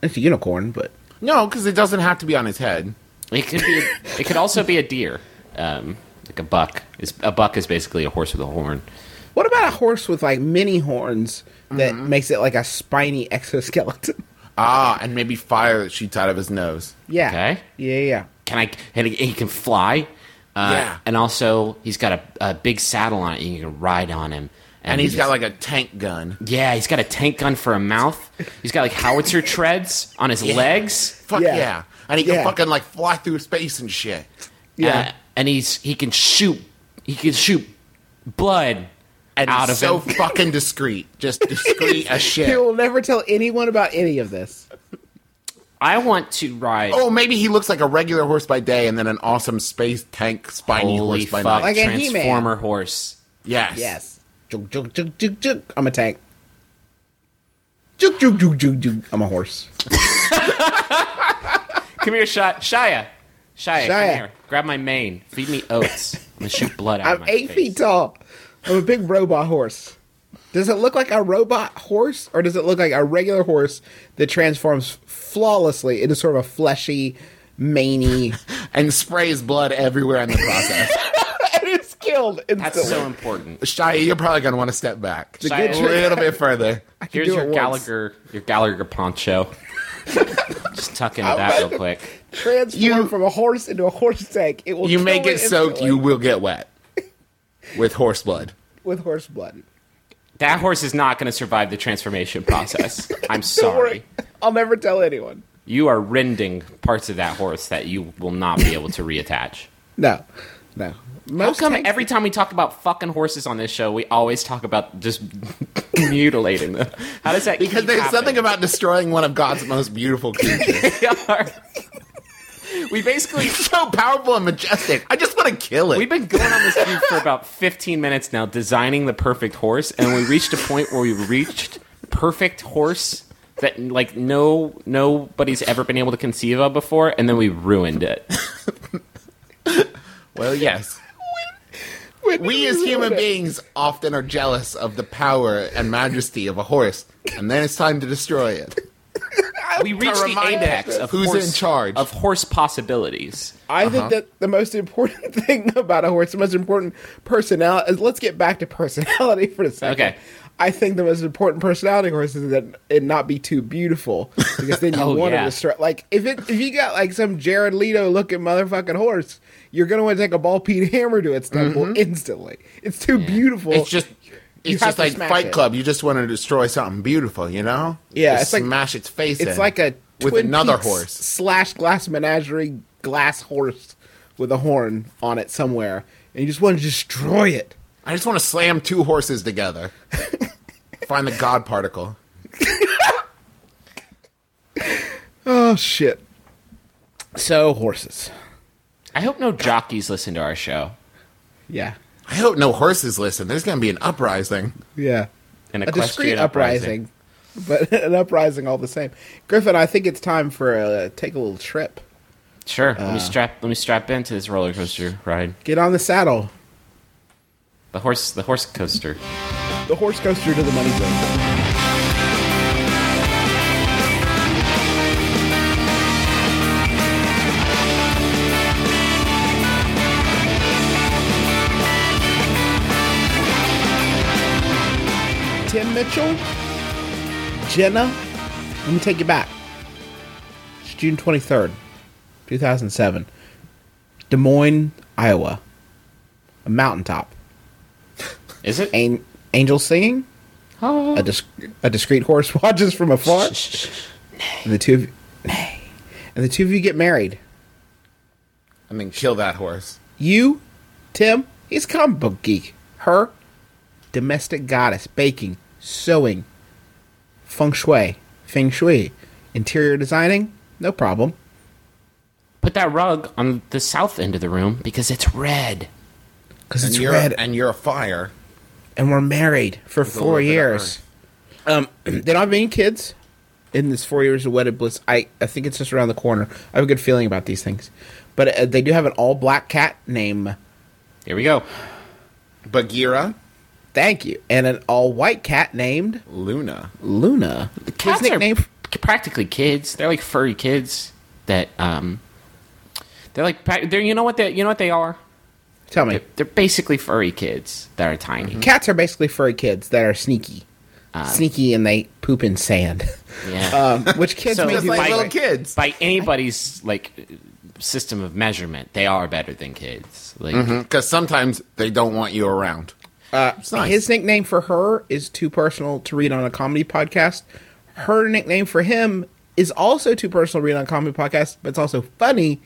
Speaker 2: It's a unicorn, but
Speaker 4: No, because it doesn't have to be on his head.
Speaker 3: It could be. it could also be a deer. Um, like a buck. Is a buck is basically a horse with a horn.
Speaker 2: what about a horse with like mini horns that makes it like a spiny exoskeleton? [laughs]
Speaker 4: Ah, and maybe fire that shoots out of his nose.
Speaker 2: yeah.
Speaker 3: Okay.
Speaker 2: Yeah, yeah, yeah.
Speaker 3: Can I? And he, he can fly. Uh,
Speaker 4: Yeah.
Speaker 3: And also, he's got a, a big saddle on it, and you can ride on him.
Speaker 4: And he's
Speaker 3: just-
Speaker 4: got like a tank gun.
Speaker 3: Yeah, he's got a tank gun for a mouth. He's got like howitzer treads on his legs.
Speaker 4: Fuck
Speaker 2: Yeah.
Speaker 4: yeah. And he can
Speaker 2: Yeah.
Speaker 4: fucking like fly through space and shit.
Speaker 3: Yeah, Uh, and he's he can shoot. He can shoot blood
Speaker 4: And
Speaker 3: out
Speaker 4: he's
Speaker 3: of
Speaker 4: so [laughs]
Speaker 3: him.
Speaker 4: fucking discreet. Just discreet as
Speaker 2: He
Speaker 4: shit.
Speaker 2: will never tell anyone about any of this.
Speaker 3: I want to ride.
Speaker 4: Oh, maybe he looks like a regular horse by day and then an awesome space tank spiny
Speaker 3: holy
Speaker 4: horse by
Speaker 3: fuck!
Speaker 4: night.
Speaker 2: Like a He-Man.
Speaker 3: Transformer horse.
Speaker 4: Yes.
Speaker 2: Yes. Juk, juk, juk, juk, juk. I'm a tank. Juk, juk, juk, juk, juk. I'm a horse.
Speaker 3: Come here, Shia. Shia. Shia, come
Speaker 2: Shia.
Speaker 3: here. Grab my mane. Feed me oats. I'm gonna shoot blood out of
Speaker 2: I'm
Speaker 3: my
Speaker 2: eight
Speaker 3: face.
Speaker 2: feet tall. I'm a big robot horse. Does it look like a robot horse, or does it look like a regular horse that transforms flawlessly into sort of a fleshy, maney,
Speaker 4: And sprays blood everywhere in the process.
Speaker 2: and it's killed
Speaker 3: That's
Speaker 2: instantly?
Speaker 3: so important.
Speaker 4: Shia, you're probably going to want to step back
Speaker 3: a
Speaker 4: a little bit further.
Speaker 2: could
Speaker 3: Here's
Speaker 2: do
Speaker 3: your
Speaker 2: it once.
Speaker 3: Gallagher, your Gallagher poncho. Just tuck into that real quick.
Speaker 2: Transform
Speaker 4: You-
Speaker 2: from a horse into a horse tank. It will
Speaker 4: You
Speaker 2: kill
Speaker 4: may get
Speaker 2: it
Speaker 4: soaked,
Speaker 2: instantly
Speaker 4: you will get wet with horse blood.
Speaker 2: with horse blood.
Speaker 3: That horse is not going to survive
Speaker 2: [laughs]
Speaker 3: the transformation process. I'm
Speaker 2: Don't
Speaker 3: sorry.
Speaker 2: worry. I'll never tell anyone.
Speaker 3: You are rending parts of that horse that you will not be able to reattach.
Speaker 2: No, no.
Speaker 3: How
Speaker 2: Most
Speaker 3: come
Speaker 2: tanks-
Speaker 3: every time we talk about fucking horses on this show, we always talk about just [laughs] mutilating them? How does that
Speaker 4: Because
Speaker 3: keep
Speaker 4: there's
Speaker 3: happening?
Speaker 4: something about destroying one of God's most
Speaker 2: [laughs]
Speaker 4: beautiful creatures.
Speaker 3: They are. We basically
Speaker 4: so powerful and majestic. I just want to kill it.
Speaker 3: we've been going on this feud for about 15 minutes now, designing the perfect horse, and we reached a point where we reached perfect horse that like no nobody's ever been able to conceive of before, and then we ruined it.
Speaker 4: well, yes.
Speaker 2: When
Speaker 4: We
Speaker 2: did
Speaker 4: as human
Speaker 2: ruin it?
Speaker 4: beings often are jealous of the power and majesty of a horse, and then it's time to destroy it.
Speaker 3: We reached the
Speaker 4: remind
Speaker 3: apex
Speaker 4: us
Speaker 3: of
Speaker 4: who's
Speaker 3: horse,
Speaker 4: in charge.
Speaker 3: of horse possibilities.
Speaker 2: I think that the most important [laughs] thing about a horse, the most important personality, is let's get back to personality for a second.
Speaker 3: Okay.
Speaker 2: I think the most important personality of horses is that it not be too beautiful because then you
Speaker 3: Oh,
Speaker 2: want
Speaker 3: yeah.
Speaker 2: to destroy. Like if it if you got like some Jared Leto looking motherfucking horse, you're gonna want to take a ball peen hammer to its temple instantly. It's too beautiful.
Speaker 4: It's just.
Speaker 2: have
Speaker 4: It's just
Speaker 2: to
Speaker 4: like
Speaker 2: smash
Speaker 4: Fight
Speaker 2: it.
Speaker 4: Club. You just want to destroy something beautiful, you know?
Speaker 2: Yeah,
Speaker 4: Just
Speaker 2: it's like-
Speaker 4: smash its face.
Speaker 2: it's
Speaker 4: in
Speaker 2: like a
Speaker 4: with
Speaker 2: Twin
Speaker 4: another
Speaker 2: Peaks
Speaker 4: horse.
Speaker 2: slash glass menagerie glass horse with a horn on it somewhere, and you just want to destroy it.
Speaker 4: I just want to slam two horses together. Find the God particle.
Speaker 2: Oh shit. So horses.
Speaker 3: I hope no jockeys listen to our show.
Speaker 2: Yeah.
Speaker 4: I hope no horses listen. There's going to be an uprising.
Speaker 2: Yeah.
Speaker 3: An
Speaker 2: A discreet
Speaker 3: equestrian
Speaker 2: uprising. [laughs] But an uprising all the same. Griffin, I think it's time for a take a little trip.
Speaker 3: Sure. let
Speaker 2: Uh,
Speaker 3: me strap. Let me strap into this roller coaster ride.
Speaker 2: Get on the saddle.
Speaker 3: The horse. The horse coaster.
Speaker 2: The horse goes through to the money zone. Tim Mitchell, Jenna, let me take you back. It's June 23rd, 2007. Des Moines, Iowa. A mountaintop.
Speaker 3: Is it?
Speaker 2: An- angel singing. A, dis- a discreet horse [laughs] watches from afar. and the two of you, and the two of you get married.
Speaker 4: And then kill that horse.
Speaker 2: You, Tim, he's a comic book geek. Her, domestic goddess, baking, sewing, feng shui, feng shui, interior designing, no problem.
Speaker 3: Put that rug on the south end of the room because it's red.
Speaker 2: Because
Speaker 4: And
Speaker 2: it's
Speaker 4: you're,
Speaker 2: red.
Speaker 4: and you're a fire.
Speaker 2: and we're married for
Speaker 4: a
Speaker 2: four
Speaker 4: little bit of
Speaker 2: years. Um, [clears throat] they don't have any kids in this four years of wedded bliss. I, I think it's just around the corner. I have a good feeling about these things, but uh, they do have an all black cat name.
Speaker 3: Here we go.
Speaker 4: Bagheera,
Speaker 2: Thank you, and an all white cat named
Speaker 4: Luna.
Speaker 2: Luna.
Speaker 3: Cats
Speaker 2: His nickname.
Speaker 3: are p- practically kids. They're like furry kids that um. They're like pra- they're you know what they you know what they are.
Speaker 2: Tell me,
Speaker 3: They're basically furry kids that are tiny.
Speaker 4: Mm-hmm.
Speaker 2: cats are basically furry kids that are sneaky,
Speaker 3: Um,
Speaker 2: sneaky, and they poop in sand. [laughs]
Speaker 3: Yeah.
Speaker 2: Um, which kids
Speaker 3: Uh, So-
Speaker 2: make
Speaker 4: Uh, Just
Speaker 2: you
Speaker 4: like
Speaker 3: Bite.
Speaker 4: little kids.
Speaker 3: By anybody's like system of measurement, they are better than kids. Like
Speaker 2: Mm.
Speaker 4: Because sometimes they don't want you around. Uh, it's nice.
Speaker 2: His nickname for her is too personal to read on a comedy podcast. Her nickname for him is also too personal to read on a comedy podcast, but it's also funny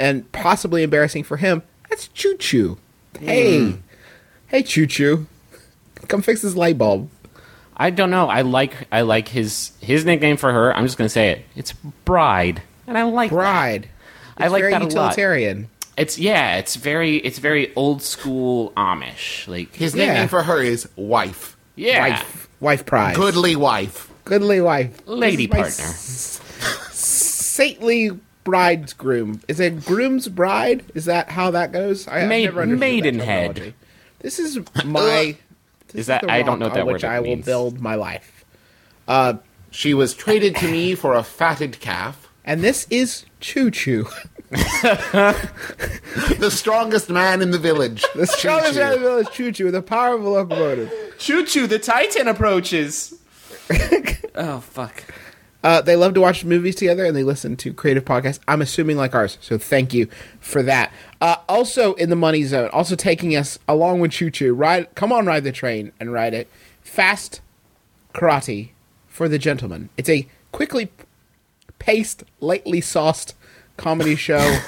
Speaker 2: and possibly embarrassing for him. That's Choo Choo. Hey.
Speaker 3: Hmm.
Speaker 2: Hey, Choo Choo. Come fix this light bulb.
Speaker 3: I don't know. I like I like his his nickname for her. I'm just gonna say it. It's Bride, and I like that.
Speaker 2: Bride.
Speaker 3: I like
Speaker 2: very
Speaker 3: that a lot.
Speaker 2: utilitarian.
Speaker 3: It's yeah. It's very it's very old school Amish. Like
Speaker 4: His
Speaker 2: Yeah.
Speaker 4: nickname for her is Wife.
Speaker 3: yeah
Speaker 2: Wife. Wife prize.
Speaker 4: Goodly Wife.
Speaker 2: Goodly wife.
Speaker 3: lady
Speaker 2: This is my
Speaker 3: partner.
Speaker 2: Saintly bridegroom. Is it groom's bride? Is that how that goes? I, I've
Speaker 3: Maid-
Speaker 2: never understood that
Speaker 3: maidenhead.
Speaker 2: terminology. This
Speaker 3: [laughs]
Speaker 2: is my. This
Speaker 3: Is that-
Speaker 2: the
Speaker 3: I don't
Speaker 2: rock
Speaker 3: know what that
Speaker 2: on
Speaker 3: word
Speaker 2: which I will
Speaker 3: means.
Speaker 2: build my life.
Speaker 4: She was traded to me for a fatted calf.
Speaker 2: And this is Choo Choo. [laughs]
Speaker 4: The strongest man in the village.
Speaker 2: [laughs] The strongest man in the village, Choo Choo, with the power of a locomotive.
Speaker 3: Choo choo, the Titan
Speaker 2: [laughs]
Speaker 3: approaches. oh fuck.
Speaker 2: Uh, they love to watch movies together and they listen to creative podcasts. I'm assuming like ours. So thank you for that. Uh, also in the money zone, also taking us along with Choo Choo. Ride, come on, ride the train and ride it. Fast karate for the gentleman. It's a quickly paced, lightly sauced comedy show.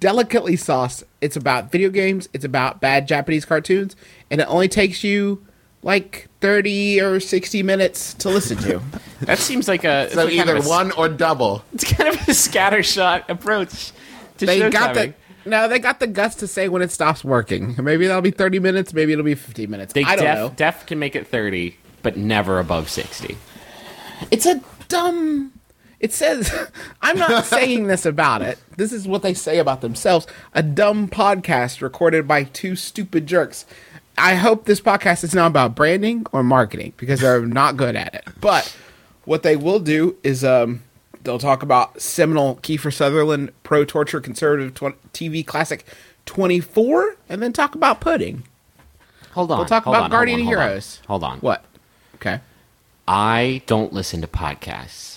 Speaker 2: Delicately sauced. It's about video games. It's about bad Japanese cartoons, and it only takes you like thirty or sixty minutes to listen to.
Speaker 3: That seems like a
Speaker 4: So
Speaker 3: it's kind of
Speaker 4: either
Speaker 3: a s-
Speaker 4: one or double.
Speaker 3: It's kind of a scattershot approach. To
Speaker 2: they got
Speaker 3: showtiming.
Speaker 2: the no, they got the guts to say when it stops working. Maybe that'll be thirty minutes. Maybe it'll be fifteen minutes.
Speaker 3: They
Speaker 2: I don't
Speaker 3: def,
Speaker 2: know.
Speaker 3: def can make it 30, but never above 60.
Speaker 2: It's a dumb. It says, [laughs] I'm not saying this about it. This is what they say about themselves. A dumb podcast recorded by two stupid jerks. I hope this podcast is not about branding or marketing because they're not good at it. But what they will do is um, they'll talk about seminal Kiefer Sutherland pro torture conservative tw- TV classic 24 and then talk about pudding.
Speaker 3: Hold on.
Speaker 2: We'll talk
Speaker 3: hold
Speaker 2: about
Speaker 3: on,
Speaker 2: Guardian
Speaker 3: hold on, hold
Speaker 2: Heroes.
Speaker 3: on. Hold on.
Speaker 2: What? Okay.
Speaker 3: I don't listen to podcasts.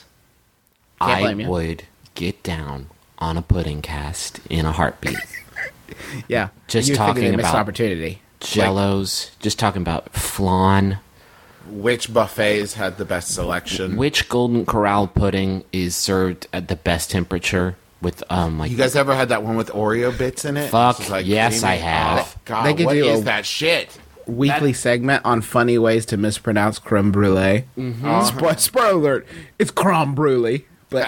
Speaker 2: Can't
Speaker 3: I
Speaker 2: blame you.
Speaker 3: would get down on a pudding cast in a heartbeat.
Speaker 2: Yeah.
Speaker 3: Just
Speaker 2: You're thinking
Speaker 3: talking
Speaker 2: they missed
Speaker 3: about-
Speaker 2: opportunity.
Speaker 3: Jellos, just talking about flan.
Speaker 4: Which buffets had the best selection?
Speaker 3: Which Golden Corral pudding is served at the best temperature with um like
Speaker 4: You guys ever had that one with Oreo bits in it?
Speaker 3: Fuck,
Speaker 4: It's just
Speaker 3: yes, I
Speaker 4: creamy.
Speaker 3: have.
Speaker 4: Oh, God,
Speaker 2: They could
Speaker 4: what
Speaker 2: do
Speaker 4: is
Speaker 2: a-
Speaker 4: that shit?
Speaker 2: weekly segment on funny ways to mispronounce creme brulee. Spo- spoiler alert, it's creme brulee. But [laughs]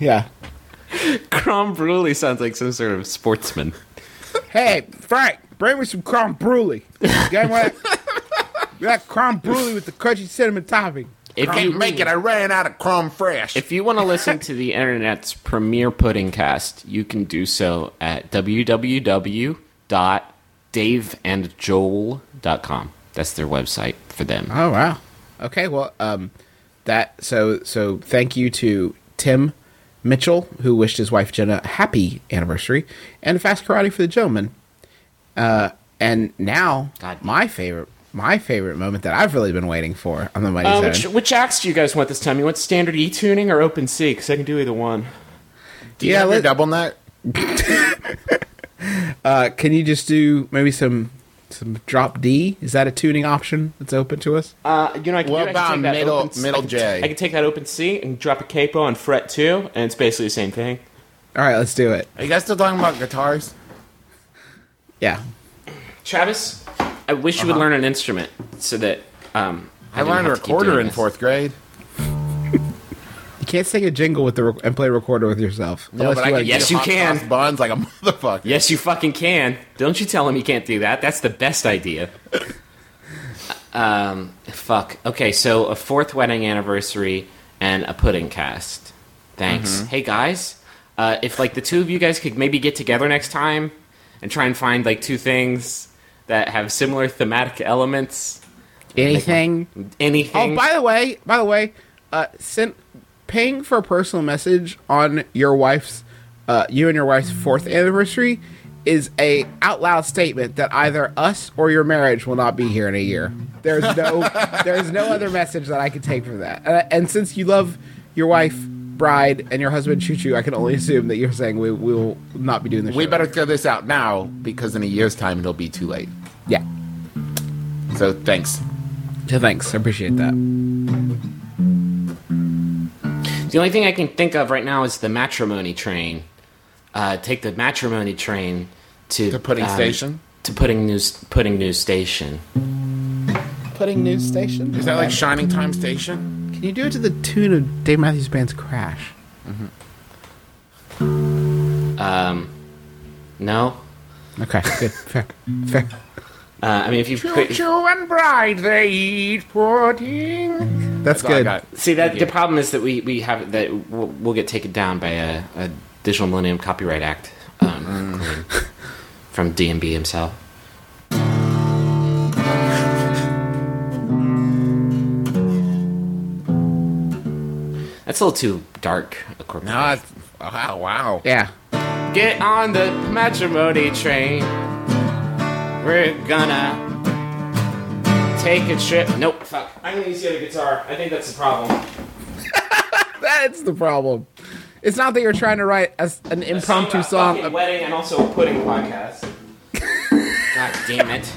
Speaker 2: yeah.
Speaker 3: [laughs] Crumb Brulee sounds like some sort of sportsman.
Speaker 2: Hey, Frank, bring me some crumb brulee. You got what? We got crumb brulee with the crunchy cinnamon topping.
Speaker 3: If
Speaker 4: Can't
Speaker 3: you
Speaker 4: make it. I ran out of crumb fresh.
Speaker 3: if you want to listen to the internet's premier pudding cast, you can do so at www.daveandjoel.com. That's their website for them.
Speaker 4: Ah,
Speaker 2: Oh wow. Okay, well, um, that so so. Thank you to Tim Mitchell who wished his wife Jenna a happy anniversary and fast karate for the gentleman. Uh, and now
Speaker 3: God.
Speaker 2: my favorite my favorite moment that I've really been waiting for on the Mighty
Speaker 3: Uh,
Speaker 2: Seven.
Speaker 3: which, which axe do you guys want this time? You want standard E tuning or open C? Because I can do either one.
Speaker 4: Do you
Speaker 2: yeah,
Speaker 4: have your
Speaker 2: let-
Speaker 4: double nut?
Speaker 2: Uh, can you just do maybe some some drop D? Is that a tuning option that's open to us?
Speaker 3: Uh, you know, I can,
Speaker 4: What
Speaker 3: do, I can
Speaker 4: about
Speaker 3: take that
Speaker 4: middle-
Speaker 3: open, C-
Speaker 4: middle
Speaker 3: I can,
Speaker 4: J?
Speaker 3: I can take that open C and drop a capo on fret two, and it's basically the same thing.
Speaker 2: All right, let's do it.
Speaker 4: Are you guys still talking about guitars?
Speaker 2: Yeah.
Speaker 3: Travis, I wish you would learn an instrument so that um,
Speaker 4: Uh-huh. I learned a recorder in fourth grade.
Speaker 2: You can't sing a jingle with the rec- and play recorder with yourself. Unless you
Speaker 4: I
Speaker 2: wanna-
Speaker 4: could
Speaker 3: Yes,
Speaker 4: get
Speaker 3: you
Speaker 4: hot
Speaker 3: can.
Speaker 4: cross Buns like a [laughs] motherfucker.
Speaker 3: Yes, you fucking can. Don't you tell him you can't do that. That's the best
Speaker 4: [laughs]
Speaker 3: idea. um, fuck. Okay, so a fourth wedding anniversary and a pudding cast. Thanks.
Speaker 4: Mm-hmm.
Speaker 3: Hey guys, uh, if like the two of you guys could maybe get together next time and try and find like two things that have similar thematic elements,
Speaker 2: anything.
Speaker 3: anything.
Speaker 2: Oh, by the way, by the way, uh, sent paying for a personal message on your wife's, uh, you and your wife's fourth anniversary, is a out loud statement that either us or your marriage will not be here in a year. There's
Speaker 4: [laughs]
Speaker 2: no, there's no other message that I could take from that. And, and since you love your wife, bride, and your husband Choo Choo, I can only assume that you're saying we will not be doing this.
Speaker 4: We better throw this out now because in a year's time it'll be too late.
Speaker 2: yeah.
Speaker 4: So thanks.
Speaker 2: So thanks, I appreciate that.
Speaker 3: The only thing I can think of right now is the matrimony train. Uh, take the matrimony train to
Speaker 4: To Pudding
Speaker 3: um,
Speaker 4: Station?
Speaker 3: To pudding news, pudding news station.
Speaker 2: Putting news station.
Speaker 4: Is that like Shining Time Station?
Speaker 2: Can you do it to the tune of Dave Matthews Band's Crash?
Speaker 3: No,
Speaker 2: Okay, good, fair, fair.
Speaker 3: uh, I mean if you put,
Speaker 4: Choo and bride, they eat pudding.
Speaker 2: That's,
Speaker 4: That's all I
Speaker 2: good.
Speaker 4: got.
Speaker 3: see that the problem is that we we have that we'll, we'll get taken down by a, a Digital Millennium Copyright Act um, claim from DMB himself. That's a little too dark. according
Speaker 4: No, it's- wow, wow.
Speaker 2: Yeah.
Speaker 3: Get on the matrimony train. We're gonna take a trip. Nope, fuck. I'm gonna use the other guitar. I think that's the problem.
Speaker 2: That's the problem. It's not that you're trying to write a s an impromptu song.
Speaker 3: A wedding and also a pudding podcast. [laughs] God damn it.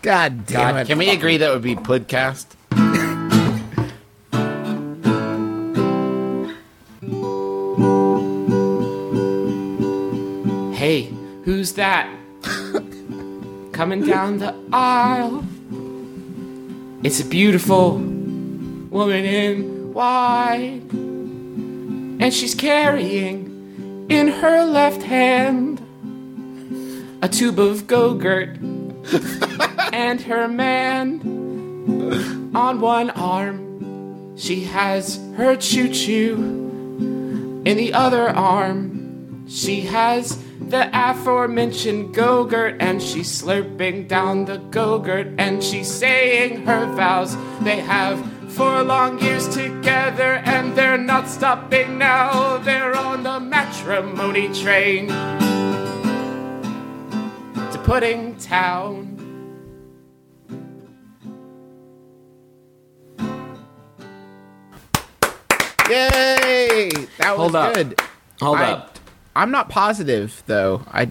Speaker 2: God damn it.
Speaker 4: Can we agree that would be podcast?
Speaker 3: Hey, who's that? Coming down the aisle. It's a beautiful woman in white. And she's carrying in her left hand a tube of Go-Gurt and her man on one arm. She has her choo-choo in the other arm. She has the aforementioned go-gurt and she's slurping down the go-gurt and she's saying her vows they have for long years together and they're not stopping now. They're on the matrimony train to Pudding Town.
Speaker 2: Yay! That was
Speaker 3: Hold up.
Speaker 2: good.
Speaker 3: Hold
Speaker 2: I- I'm not positive though. I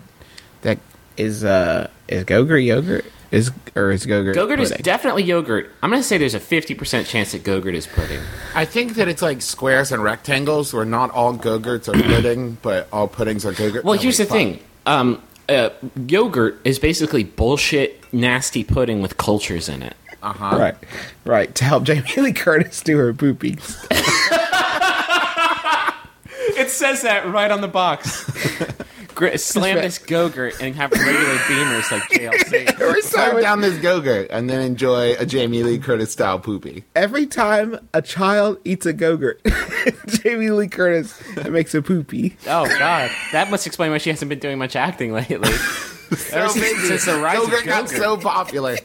Speaker 2: that is uh is Gogurt yogurt is or is Gogurt
Speaker 3: Go-gurt is
Speaker 2: pudding?
Speaker 3: definitely yogurt. I'm going to say there's a 50% chance that go-gurt is pudding.
Speaker 4: I think that it's like squares and rectangles where not all go-gurts are
Speaker 2: [clears throat]
Speaker 4: pudding, but all puddings are go-gurt.
Speaker 3: Well,
Speaker 4: No,
Speaker 3: here's the
Speaker 4: wait, fuck.
Speaker 3: thing. Um, uh, yogurt is basically bullshit, nasty pudding with cultures in it.
Speaker 2: [laughs] right, right to help Jamie Lee Curtis do her poopies.
Speaker 3: it says that right on the box. [laughs] Gr- Slam this Gogurt and have regular beamers like JLC.
Speaker 2: Every
Speaker 4: Dive
Speaker 2: time,
Speaker 4: down this go-gurt and then enjoy a Jamie Lee Curtis style
Speaker 2: [laughs]
Speaker 4: poopy.
Speaker 2: every time a child eats a gogurt, [laughs] Jamie Lee Curtis makes a poopy.
Speaker 3: [laughs] Oh God, that must explain why she hasn't been doing much acting [laughs] lately. Ever since, since the rise of
Speaker 4: Go-gurt got
Speaker 3: Gogurt.
Speaker 2: [laughs]
Speaker 4: so popular.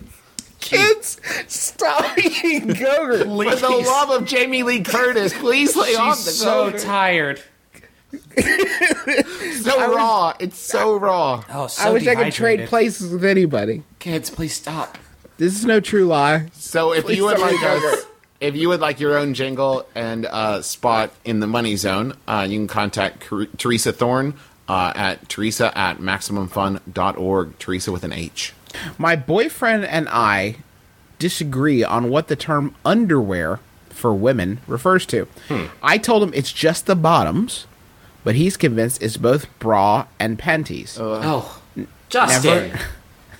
Speaker 2: Kids, stop eating gogurt.
Speaker 4: For the
Speaker 3: Please.
Speaker 4: love of Jamie Lee Curtis, please lay off
Speaker 3: She's
Speaker 4: the
Speaker 3: so
Speaker 4: go-gurt.
Speaker 3: tired.
Speaker 4: It's so raw. It's so raw.
Speaker 3: Oh, so
Speaker 2: I wish I could trade
Speaker 3: dehydrated.
Speaker 2: places with anybody.
Speaker 3: Kids, please stop.
Speaker 2: This is no true lie.
Speaker 4: So if you would
Speaker 2: don't
Speaker 4: like
Speaker 2: eat
Speaker 4: us,
Speaker 2: yogurt.
Speaker 4: if you would like your own jingle and uh, spot in the money zone, uh, you can contact Car- Teresa Thorne uh, at teresa at maximumfun.org. Teresa with an H.
Speaker 2: My boyfriend and I disagree on what the term underwear for women refers to. I told him it's just the bottoms, but he's convinced it's both bra and panties.
Speaker 3: oh, Justin,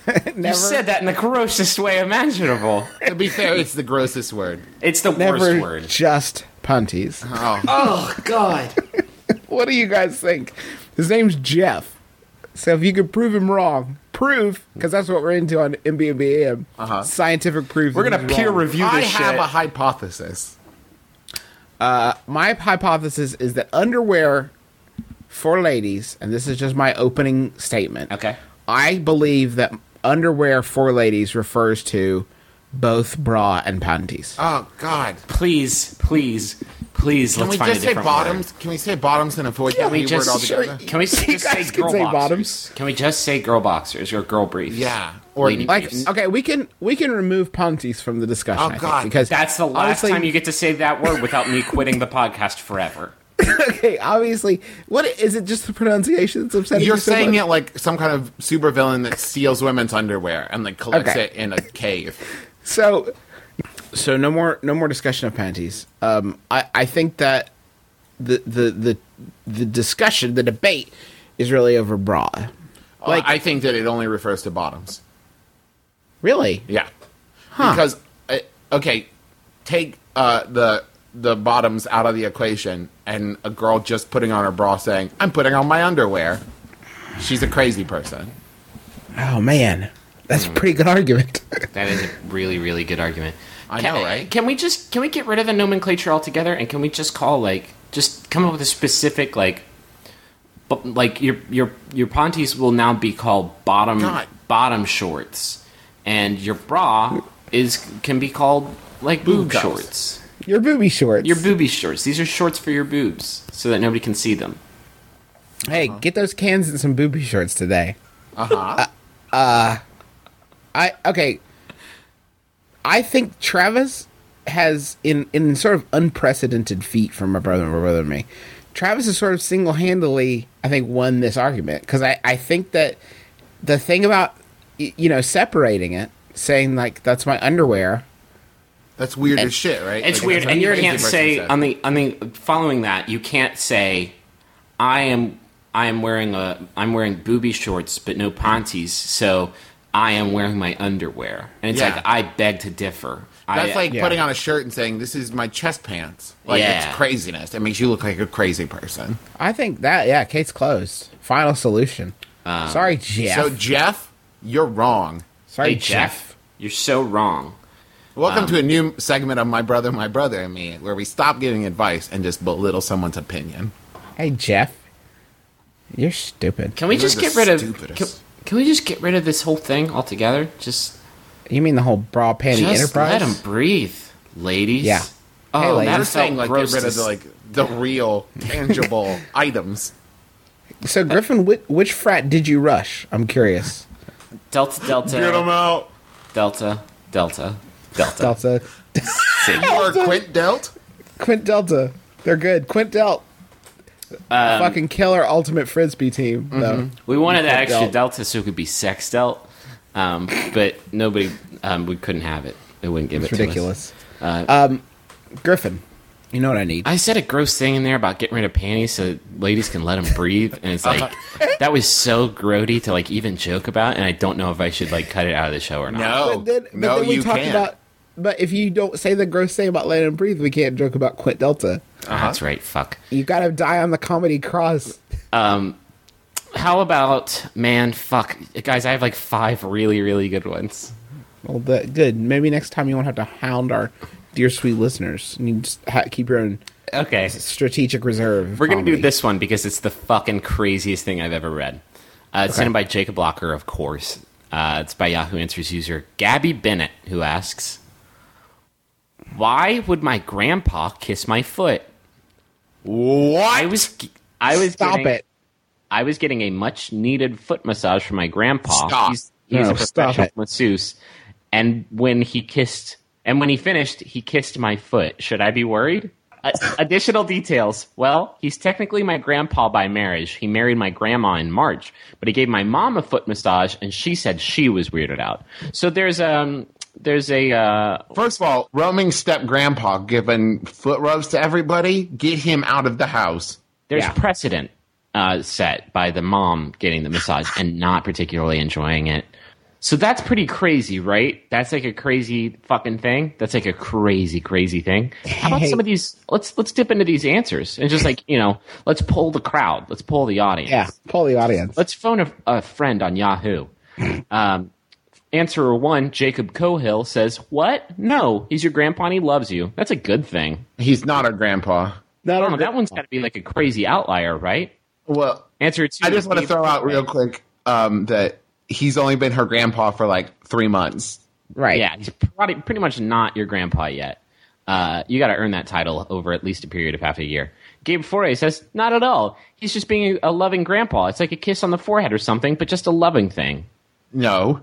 Speaker 3: you
Speaker 2: [laughs] never,
Speaker 3: said that in the grossest way imaginable.
Speaker 4: To be fair, it's the grossest word.
Speaker 3: It's the
Speaker 2: never
Speaker 3: worst [laughs] word.
Speaker 2: just panties.
Speaker 3: Oh God.
Speaker 2: What do you guys think? His name's Jeff. So if you could prove him wrong, proof, because that's what we're into on MBBM. Uh-huh. Scientific proof.
Speaker 3: We're
Speaker 2: that
Speaker 3: gonna
Speaker 2: he's
Speaker 3: peer
Speaker 2: wrong.
Speaker 3: review
Speaker 4: I
Speaker 3: this
Speaker 4: have
Speaker 3: shit.
Speaker 4: a hypothesis.
Speaker 2: Uh, my hypothesis is that underwear for ladies, and this is just my opening statement.
Speaker 3: Okay.
Speaker 2: I believe that underwear for ladies refers to both bra and panties.
Speaker 4: Oh God!
Speaker 3: please, please, please.
Speaker 4: Can
Speaker 3: let's
Speaker 4: we
Speaker 3: find
Speaker 4: just
Speaker 3: a
Speaker 4: say
Speaker 3: different
Speaker 4: bottoms?
Speaker 3: word.
Speaker 4: Can we say bottoms and avoid that
Speaker 3: we
Speaker 4: we word
Speaker 3: just-
Speaker 4: altogether?
Speaker 3: Can we
Speaker 2: [laughs]
Speaker 3: just
Speaker 2: You
Speaker 3: say
Speaker 2: guys can
Speaker 3: girl
Speaker 2: say
Speaker 3: boxers?
Speaker 2: bottoms.
Speaker 3: Can we just say girl boxers or girl briefs?
Speaker 4: Yeah.
Speaker 3: Or
Speaker 4: Or-
Speaker 3: lady
Speaker 2: Like,
Speaker 3: briefs.
Speaker 2: okay, we can we can remove panties from the discussion.
Speaker 4: Oh,
Speaker 2: I think,
Speaker 4: God.
Speaker 2: because
Speaker 3: That's the last
Speaker 2: honestly-
Speaker 3: time you get to say that word without me quitting the podcast forever.
Speaker 2: Okay, obviously, what is it? Just the pronunciation that's upsetting.
Speaker 4: You're
Speaker 2: you so
Speaker 4: saying
Speaker 2: much?
Speaker 4: it like some kind of supervillain that steals women's underwear and like collects
Speaker 2: Okay.
Speaker 4: it in a cave.
Speaker 2: So, so no more, no more discussion of panties. Um, I, I think that the, the the the discussion, the debate, is really over bra.
Speaker 4: Like I think that it only refers to bottoms.
Speaker 2: Really,
Speaker 4: Yeah. Because uh, okay, take uh, the the bottoms out of the equation, and a girl just putting on her bra saying, "I'm putting on my underwear." She's a crazy person.
Speaker 2: Oh man, that's a
Speaker 3: Hmm.
Speaker 2: pretty good argument. [laughs]
Speaker 3: That is a really, really good argument.
Speaker 4: I
Speaker 3: can,
Speaker 4: know, right?
Speaker 3: Can we just can we get rid of the nomenclature altogether and can we just call like just come up with a specific like, but like your your your panties will now be called bottom
Speaker 4: God.
Speaker 3: bottom shorts, and your bra is can be called like boob
Speaker 4: Boob cups.
Speaker 3: shorts.
Speaker 2: Your booby shorts.
Speaker 3: Your booby shorts. These are shorts for your boobs so that nobody can see them.
Speaker 2: hey, get those cans and some booby shorts today.
Speaker 4: Uh-huh.
Speaker 2: Uh huh. Uh, I okay. I think Travis has in in sort of unprecedented feat from my brother, my brother and me. Travis has sort of single handedly, I think, won this argument because I I think that the thing about y- you know separating it, saying like that's my underwear.
Speaker 4: That's weird as shit, right?
Speaker 3: It's
Speaker 4: Like,
Speaker 3: weird,
Speaker 4: that's what
Speaker 3: and
Speaker 4: a
Speaker 3: you
Speaker 4: crazy
Speaker 3: can't
Speaker 4: person
Speaker 3: say
Speaker 4: said.
Speaker 3: on the on the following that you can't say, I am I am wearing a I'm wearing booby shorts but no panties, so I am wearing my underwear, and it's
Speaker 4: Yeah.
Speaker 3: like I beg to differ.
Speaker 4: That's
Speaker 3: I, uh,
Speaker 4: like
Speaker 2: yeah.
Speaker 4: putting on a shirt and saying, "This is my chest pants." Like
Speaker 3: Yeah.
Speaker 4: it's craziness. It makes you look like a crazy person.
Speaker 2: I think that yeah, case closed. Final solution.
Speaker 3: Um,
Speaker 2: Sorry, Jeff.
Speaker 4: So Jeff, you're wrong.
Speaker 2: Sorry,
Speaker 3: hey Jeff, you're so wrong.
Speaker 4: Welcome
Speaker 3: Um,
Speaker 4: to a new segment of My Brother, My Brother and Me, where we stop giving advice and just belittle someone's opinion.
Speaker 2: Hey, Jeff. You're stupid.
Speaker 3: Can we
Speaker 4: You're
Speaker 3: just
Speaker 4: the
Speaker 3: get rid of?
Speaker 4: stupidest.
Speaker 3: Can, can we just get rid of this whole thing altogether? Just
Speaker 2: You mean the whole bra panty
Speaker 3: just
Speaker 2: enterprise?
Speaker 3: let them breathe, ladies.
Speaker 2: Yeah.
Speaker 3: Oh,
Speaker 2: Hey, ladies.
Speaker 3: that
Speaker 4: I'm
Speaker 3: felt
Speaker 4: saying like
Speaker 3: gross
Speaker 4: get rid
Speaker 3: to
Speaker 4: of the,
Speaker 3: s-
Speaker 4: like [laughs] the real tangible items.
Speaker 2: So, Griffin, which, which frat did you rush? I'm curious.
Speaker 3: Delta Delta
Speaker 4: out.
Speaker 3: Delta Delta Delta.
Speaker 2: Delta.
Speaker 4: You are Quint Delt.
Speaker 2: Quint Delta. They're good. Quint Delt. Fucking killer ultimate frisbee team, though.
Speaker 3: We wanted that
Speaker 2: Quit
Speaker 3: extra
Speaker 2: delt.
Speaker 3: delta so it could be sex dealt, um, but nobody, um, we couldn't have it. They wouldn't give
Speaker 2: It's
Speaker 3: it to
Speaker 2: ridiculous.
Speaker 3: us.
Speaker 2: um, Griffin, you know what I need?
Speaker 3: I said a gross thing in there about getting rid of panties so ladies can let them breathe, and it's like that was so grody to like even joke about, and I don't know if I should like cut it out of the show or not. Uh-huh.
Speaker 4: No,
Speaker 2: but then, but
Speaker 4: no,
Speaker 2: then we
Speaker 4: you
Speaker 2: talked
Speaker 4: can't.
Speaker 2: about But if you don't say the gross thing about Let Him Breathe, we can't joke about Quit Delta.
Speaker 3: That's right. Fuck.
Speaker 2: You gotta die on the comedy cross.
Speaker 3: How about man? Fuck, guys. I have like five really, really good ones.
Speaker 2: Well, that good. Maybe next time you won't have to hound our dear sweet listeners. And you just ha- keep your own
Speaker 3: Okay.
Speaker 2: strategic reserve. of
Speaker 3: We're going to do
Speaker 2: comedy.
Speaker 3: this one because it's the fucking craziest thing I've ever read. Uh, it's sent in by Jacob Locker, of course. Uh, it's by Yahoo Answers user Gabby Bennett, who asks, "Why would my grandpa kiss my foot?" What? I was, I was
Speaker 2: Stop
Speaker 3: getting,
Speaker 2: it.
Speaker 3: I was getting a much needed foot massage from my grandpa.
Speaker 4: Stop.
Speaker 3: He's, he's
Speaker 2: No,
Speaker 3: a
Speaker 2: stop
Speaker 3: professional
Speaker 2: it.
Speaker 3: masseuse, and when he kissed, and when he finished, he kissed my foot. Should I be worried? Uh, additional details. Well, he's technically my grandpa by marriage. He married my grandma in March, but he gave my mom a foot massage, and she said she was weirded out. So there's um there's a uh,
Speaker 4: First of all, roaming step grandpa giving foot rubs to everybody, get him out of the house.
Speaker 3: there's
Speaker 2: Yeah.
Speaker 3: precedent uh, set by the mom getting the massage and not particularly enjoying it. So that's pretty crazy, right? That's like a crazy fucking thing. That's like a crazy, crazy thing. How about some of these? Let's let's dip into these answers and just like you know, let's pull the crowd. Let's pull the audience.
Speaker 2: Yeah, pull the audience.
Speaker 3: Let's phone a, a friend
Speaker 2: [laughs]
Speaker 3: on Yahoo. Um, answerer one, Jacob Cohill says, "What? No, he's your grandpa. and He loves you. That's a good thing.
Speaker 4: He's not a grandpa.
Speaker 2: Not
Speaker 3: Oh,
Speaker 2: on
Speaker 3: that one's got to be like a crazy outlier, right?"
Speaker 4: Well,
Speaker 3: Answer two.
Speaker 4: I just want to
Speaker 3: Steve-
Speaker 4: throw out real quick um, that he's only been her grandpa for like three months.
Speaker 2: right.
Speaker 3: Yeah, he's probably pretty much not your grandpa yet. Uh, you got to earn that title over at least a period of half a year. Gabe Foray says, not at all. He's just being a loving grandpa. It's like a kiss on the forehead or something, but just a loving thing.
Speaker 4: No.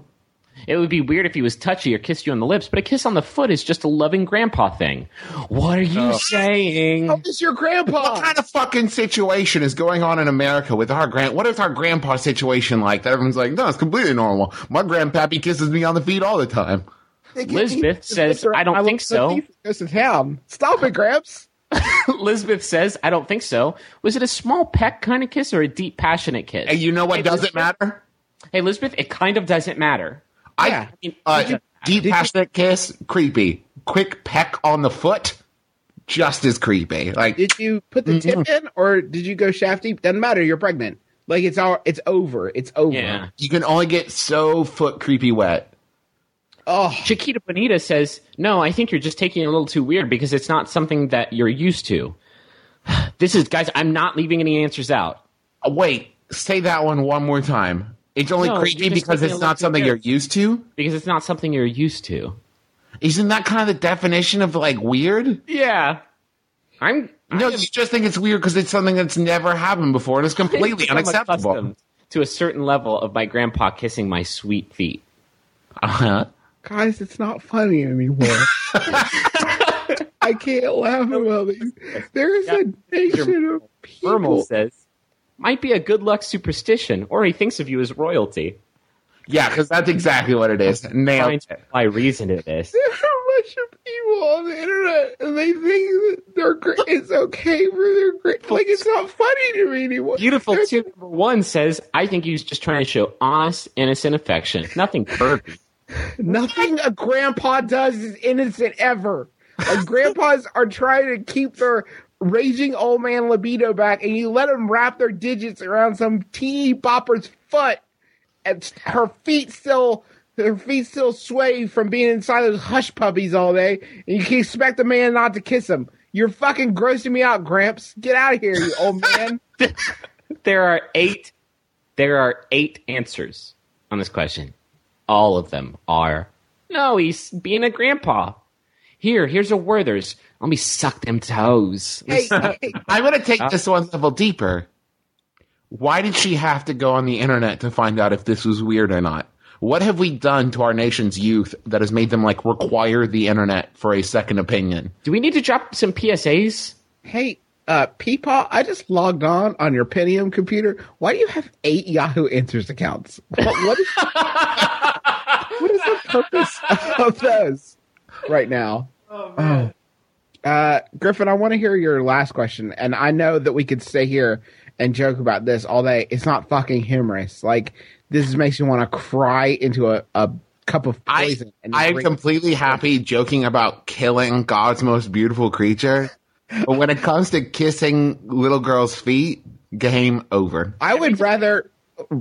Speaker 3: It would be weird if he was touchy or kissed you on the lips, but a kiss on the foot is just a loving grandpa thing. What are
Speaker 4: Oh.
Speaker 3: you saying?
Speaker 4: It's your grandpa. What kind of fucking situation is going on in America with our grand? What is our grandpa situation like? That everyone's like, no, it's completely normal. My grandpappy kisses me on the feet all the time.
Speaker 3: Lisbeth says, I don't think so.
Speaker 2: Goes to town. Stop it, Gramps.
Speaker 3: [laughs] Lisbeth says, I don't think so. Was it a small peck kind of kiss or a deep, passionate kiss?
Speaker 4: And you know what doesn't matter?
Speaker 3: hey, Lisbeth, it kind of doesn't matter.
Speaker 4: I uh, deep passionate kiss, creepy. Quick peck on the foot, just as creepy. Like
Speaker 2: Did you put the tip in, or did you go shaft deep? Doesn't matter. You're pregnant. Like it's all. It's over. It's over.
Speaker 3: Yeah.
Speaker 4: you can only get so foot creepy wet.
Speaker 3: Chiquita Bonita says, No, I think you're just taking it a little too weird because it's not something that you're used to. [sighs] This is, guys, I'm not leaving any answers out.
Speaker 4: Uh, Wait, say that one one more time. It's only
Speaker 3: No,
Speaker 4: creepy
Speaker 3: you're just
Speaker 4: because
Speaker 3: making
Speaker 4: it's
Speaker 3: it
Speaker 4: not
Speaker 3: look too
Speaker 4: something
Speaker 3: good.
Speaker 4: you're used to.
Speaker 3: Because it's not something you're used to.
Speaker 4: Isn't that kind of the definition of like weird?
Speaker 3: Yeah. I'm
Speaker 4: No, you just think it's weird because it's something that's never happened before and it's completely
Speaker 3: I'm
Speaker 4: unacceptable.
Speaker 3: accustomed to a certain level of my grandpa kissing my sweet feet.
Speaker 4: [laughs] Uh-huh.
Speaker 2: Guys, it's not funny anymore. I can't laugh about these. There is a nation of
Speaker 3: Vermal
Speaker 2: people.
Speaker 3: says, Might be a good luck superstition, or he thinks of you as royalty.
Speaker 4: Yeah, because that's exactly what it is. Nailed.
Speaker 3: Find my reason to this.
Speaker 2: There are a bunch of people on the internet, and they think that they're great. It's okay for their great. Like it's not funny to me anymore.
Speaker 3: Beautiful tip number one says, I think he was just trying to show honest, innocent affection. Nothing pervy.
Speaker 2: Nothing a grandpa does is innocent ever. And grandpas are trying to keep their raging old man libido back, and you let them wrap their digits around some teeny bopper's foot, and s- her feet still. Her feet still sway from being inside those hush puppies all day, and you can expect a man not to kiss him. You're fucking grossing me out, Gramps. Get out of here, you old man.
Speaker 3: there are eight there are eight answers on this question all of them are no he's being a grandpa here here's a werther's let me suck them toes
Speaker 2: Hey, hey,
Speaker 4: I'm going to take this one level deeper. Why did she have to go on the internet to find out if this was weird or not? What have we done to our nation's youth that has made them like require the internet for a second opinion?
Speaker 3: do we need to drop some psas
Speaker 2: Hey, uh, Peepaw, I just logged on on your Pentium computer. Why do you have eight Yahoo Answers accounts? What, what, is, what is the purpose of those right now? Oh, Uh, Griffin, I want to hear your last question, and I know that we could stay here and joke about this all day. It's not fucking humorous. Like this makes me want to cry into a, a cup of
Speaker 4: I,
Speaker 2: poison. and
Speaker 4: I am
Speaker 2: drink-
Speaker 4: completely happy joking about killing God's most beautiful creature, but when it comes to kissing little girls' feet, game over.
Speaker 2: I would rather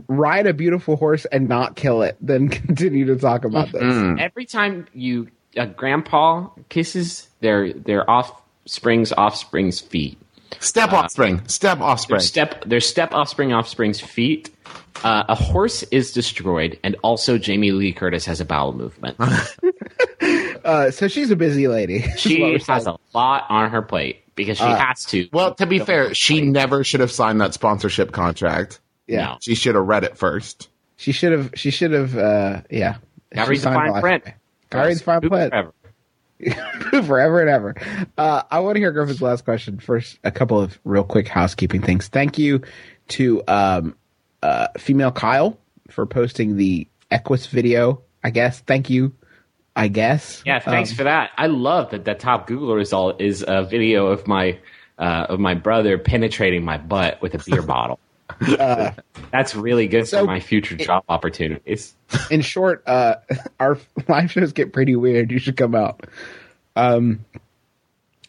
Speaker 2: ride a beautiful horse and not kill it than [laughs] continue to talk about this.
Speaker 3: Every time you a grandpa kisses their their offspring's offspring's feet,
Speaker 2: Uh,
Speaker 4: Step offspring, step offspring.
Speaker 3: step their step offspring offspring's feet. Uh, a horse is destroyed, and also Jamie Lee Curtis has a bowel movement.
Speaker 2: Uh, so she's a busy lady. [laughs] is what
Speaker 3: she
Speaker 2: we're
Speaker 3: has
Speaker 2: saying.
Speaker 3: a lot on her plate because she has to.
Speaker 4: Uh, well, to be fair, she never should have signed that sponsorship contract.
Speaker 2: yeah.
Speaker 3: no.
Speaker 4: She should have read it first.
Speaker 2: She should have. She should have. Uh, yeah.
Speaker 3: Gotta
Speaker 2: She
Speaker 3: read the
Speaker 2: signed
Speaker 3: fine
Speaker 2: last
Speaker 3: print.
Speaker 2: night. Gotta read the fine
Speaker 3: Poop
Speaker 2: print
Speaker 3: forever.
Speaker 2: [laughs] forever and ever. Uh, I want to hear Griffin's last question first. A couple of real quick housekeeping things. Thank you to um, uh, female Kyle for posting the Equus video. I guess. Thank you. I guess.
Speaker 3: Yeah, thanks for that. I love that the top Google result is a video of my uh, of my brother penetrating my butt with
Speaker 2: [laughs]
Speaker 3: a beer bottle. That's really good
Speaker 2: Uh, so
Speaker 3: for my future job opportunities.
Speaker 2: in short, uh, [laughs] our live shows get pretty weird. You should come out. Um,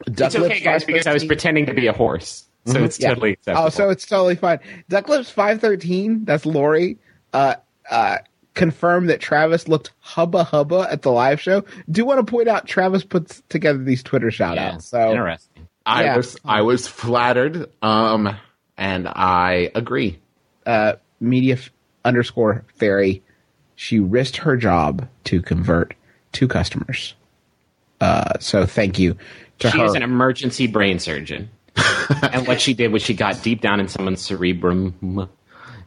Speaker 3: It's okay, guys, because I was pretending to be a horse, so it's totally acceptable.
Speaker 2: Oh, so it's totally fine. Ducklips five thirteen. That's Lori. Uh, uh, confirmed that Travis looked hubba hubba at the live show. Do want to point out Travis puts together these Twitter shout
Speaker 3: Yeah,
Speaker 2: outs. So
Speaker 3: um, interesting.
Speaker 4: I
Speaker 2: Yeah.
Speaker 4: was I was flattered, um, and I agree.
Speaker 2: media f- underscore fairy. She risked her job to convert two customers. Uh, so thank you to
Speaker 3: She
Speaker 2: her.
Speaker 3: is an emergency brain [laughs] surgeon, and what she did was she got deep down in someone's cerebrum,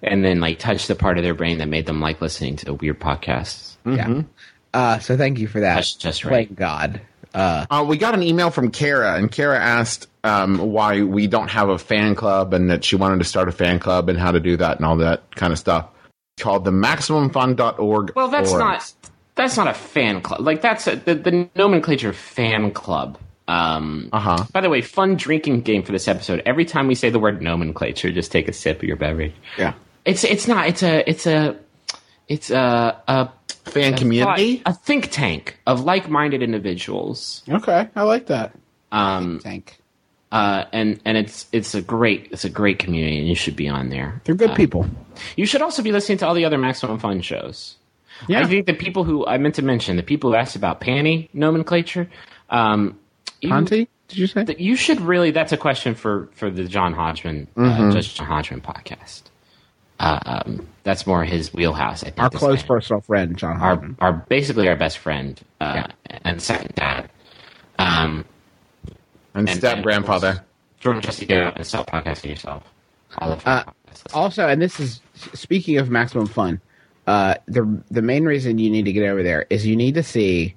Speaker 3: and then like touched the part of their brain that made them like listening to weird podcasts.
Speaker 2: Yeah. Uh, so thank you for that.
Speaker 3: That's just right.
Speaker 2: Thank God.
Speaker 4: Uh, we got an email from Kara, and Kara asked um, why we don't have a fan club and that she wanted to start a fan club and how to do that and all that kind of stuff. Called the MaximumFun.org.
Speaker 3: Well, that's
Speaker 4: forum.
Speaker 3: not that's not a fan club. Like that's a, the the nomenclature of fan club. Um,
Speaker 4: Uh-huh.
Speaker 3: By the way, fun drinking game for this episode. Every time we say the word nomenclature, just take a sip of your beverage.
Speaker 4: Yeah.
Speaker 3: It's it's not. It's a it's a it's a a
Speaker 4: Fan community?
Speaker 3: a think tank of like-minded individuals.
Speaker 2: Okay, I like that.
Speaker 3: Um,
Speaker 2: Thank.
Speaker 3: uh, and and it's it's a great it's a great community, and you should be on there.
Speaker 2: They're good people.
Speaker 3: You should also be listening to all the other Maximum Fun shows. I think the people who I meant to mention, the people who asked about panty nomenclature, um, you,
Speaker 2: Auntie, did you say?
Speaker 3: that you should really. That's a question for for the John Hodgman, uh, Judge John Hodgman podcast. Uh, um, that's more his wheelhouse. I think
Speaker 2: Our
Speaker 3: this
Speaker 2: close
Speaker 3: man.
Speaker 2: personal friend, John
Speaker 3: our,
Speaker 2: Harden.
Speaker 3: our basically our best friend uh, and second dad. Um,
Speaker 4: And
Speaker 3: and-
Speaker 4: step grandfather.
Speaker 3: Jordan, just to go and stop podcasting yourself. All the fun podcasts.
Speaker 2: Also, and this is speaking of maximum fun. Uh, the the main reason you need to get over there is you need to see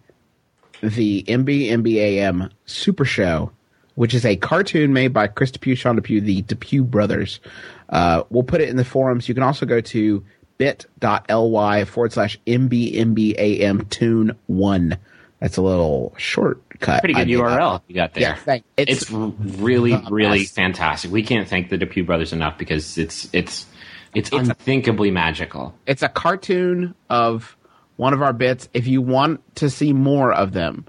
Speaker 2: the MBMBAM Super Show, which is a cartoon made by Chris Depew, Sean Depew, the Depew brothers. Uh, we'll put it in the forums. You can also go to bit.ly forward slash MBMBAM tune one. That's a little shortcut.
Speaker 3: pretty
Speaker 2: I
Speaker 3: good
Speaker 2: made up.
Speaker 3: URL you got there.
Speaker 2: Yeah, thank- it's-
Speaker 3: It's, r- really, really
Speaker 2: best.
Speaker 3: fantastic. We can't thank the Depew brothers enough because it's it's it's, unthinkably magical.
Speaker 2: It's a cartoon of one of our bits. If you want to see more of them,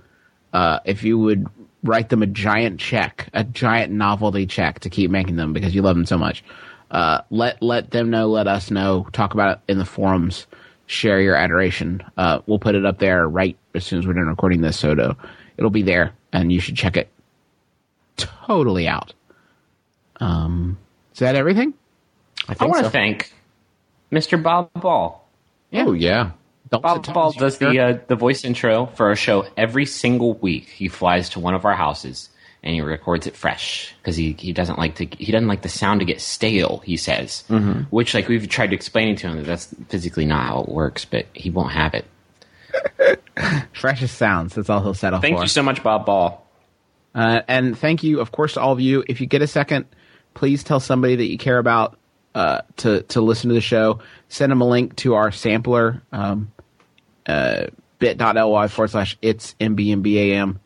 Speaker 2: uh, if you would write them a giant check, a giant novelty check to keep making them because you love them so much, uh, let let them know. Let us know. Talk about it in the forums. Share your adoration. Uh, we'll put it up there right as soon as we're done recording this. So it'll- it'll be there, and you should check it totally out. Um, is that everything?
Speaker 4: I
Speaker 3: I
Speaker 4: think
Speaker 3: want to
Speaker 4: so.
Speaker 3: thank Mr. Bob Ball.
Speaker 4: Oh, yeah.
Speaker 2: Don't
Speaker 3: Bob
Speaker 2: sit down,
Speaker 3: Ball does
Speaker 2: sir.
Speaker 3: the uh, the voice intro for our show every single week. He flies to one of our houses and he records it fresh because he, he doesn't like to he doesn't like the sound to get stale. He says, which like we've tried to explain to him that that's physically not how it works, but he won't have it.
Speaker 2: freshest sounds. That's all he'll settle
Speaker 3: Thank
Speaker 2: for.
Speaker 3: you so much, Bob Ball.
Speaker 2: Uh, and thank you, of course, to all of you. If you get a second, please tell somebody that you care about uh, to to listen to the show. Send them a link to our sampler, um, uh, bit.ly forward slash it's mbmbam.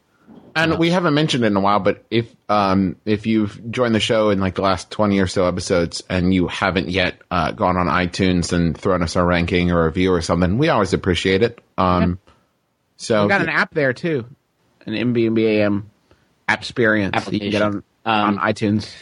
Speaker 4: And we haven't mentioned it in a while, but if um, if you've joined the show in like the last twenty or so episodes and you haven't yet uh, gone on iTunes and thrown us a ranking or a review or something, we always appreciate it. Um, so
Speaker 2: I got an app there too, an MBMBAM app experience that you can get on
Speaker 3: Application.
Speaker 2: on
Speaker 3: Um,
Speaker 2: iTunes.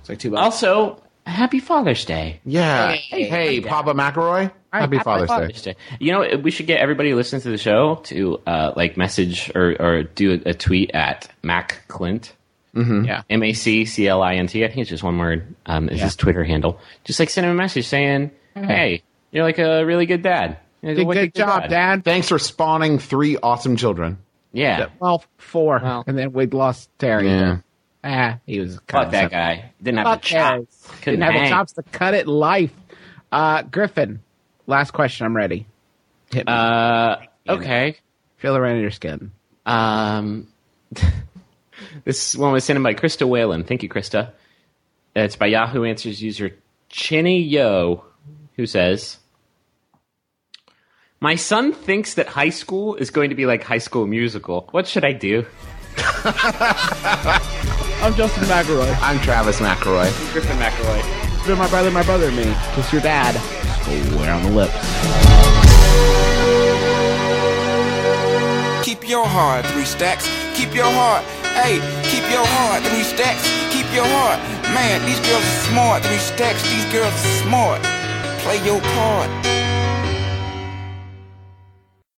Speaker 2: It's like two bucks.
Speaker 3: Also, happy Father's Day.
Speaker 4: yeah,
Speaker 3: Hey,
Speaker 4: hey,
Speaker 3: hey,
Speaker 4: Papa McElroy, happy Father's Day.
Speaker 3: Father's Day. You know, we should get everybody listening to the show to uh, like message or, or do a, a tweet at Mac Clint.
Speaker 2: Yeah.
Speaker 3: M A C C L I N T. I think it's just one word. Um, is his Twitter handle? Just like send him a message saying, "Hey, you're like a really good dad. You know,
Speaker 2: Did
Speaker 3: what a
Speaker 2: good job, Dad.
Speaker 4: Thanks for spawning three awesome children.
Speaker 3: Yeah,
Speaker 2: Well, four,
Speaker 3: Well.
Speaker 2: and then we lost Terry.
Speaker 4: Yeah.
Speaker 2: Ah, he was kind
Speaker 3: fuck
Speaker 2: of
Speaker 3: that
Speaker 2: something.
Speaker 3: guy. Didn't have
Speaker 2: Fuck
Speaker 3: the chops.
Speaker 2: Terry.
Speaker 3: Couldn't
Speaker 2: Didn't have the
Speaker 3: hang.
Speaker 2: chops to cut it. Life. Uh, Griffin. Last question. I'm ready. Hit me.
Speaker 3: Uh, okay.
Speaker 2: Feel around your skin.
Speaker 3: Um, [laughs] this one was sent in by Krista Whalen. Thank you, Krista. It's by Yahoo Answers user Chinny Yo, who says, "My son thinks that high school is going to be like High School Musical. What should I do?"
Speaker 2: I'm Justin McElroy.
Speaker 4: I'm Travis McElroy.
Speaker 3: Griffin McElroy.
Speaker 2: You're my brother, my brother, and me. Just your dad. Square on the lips.
Speaker 1: Keep your heart, three stacks. Keep your heart, hey, keep your heart, three stacks. Keep your heart, man, these girls are smart, three stacks, these girls are smart. Play your part.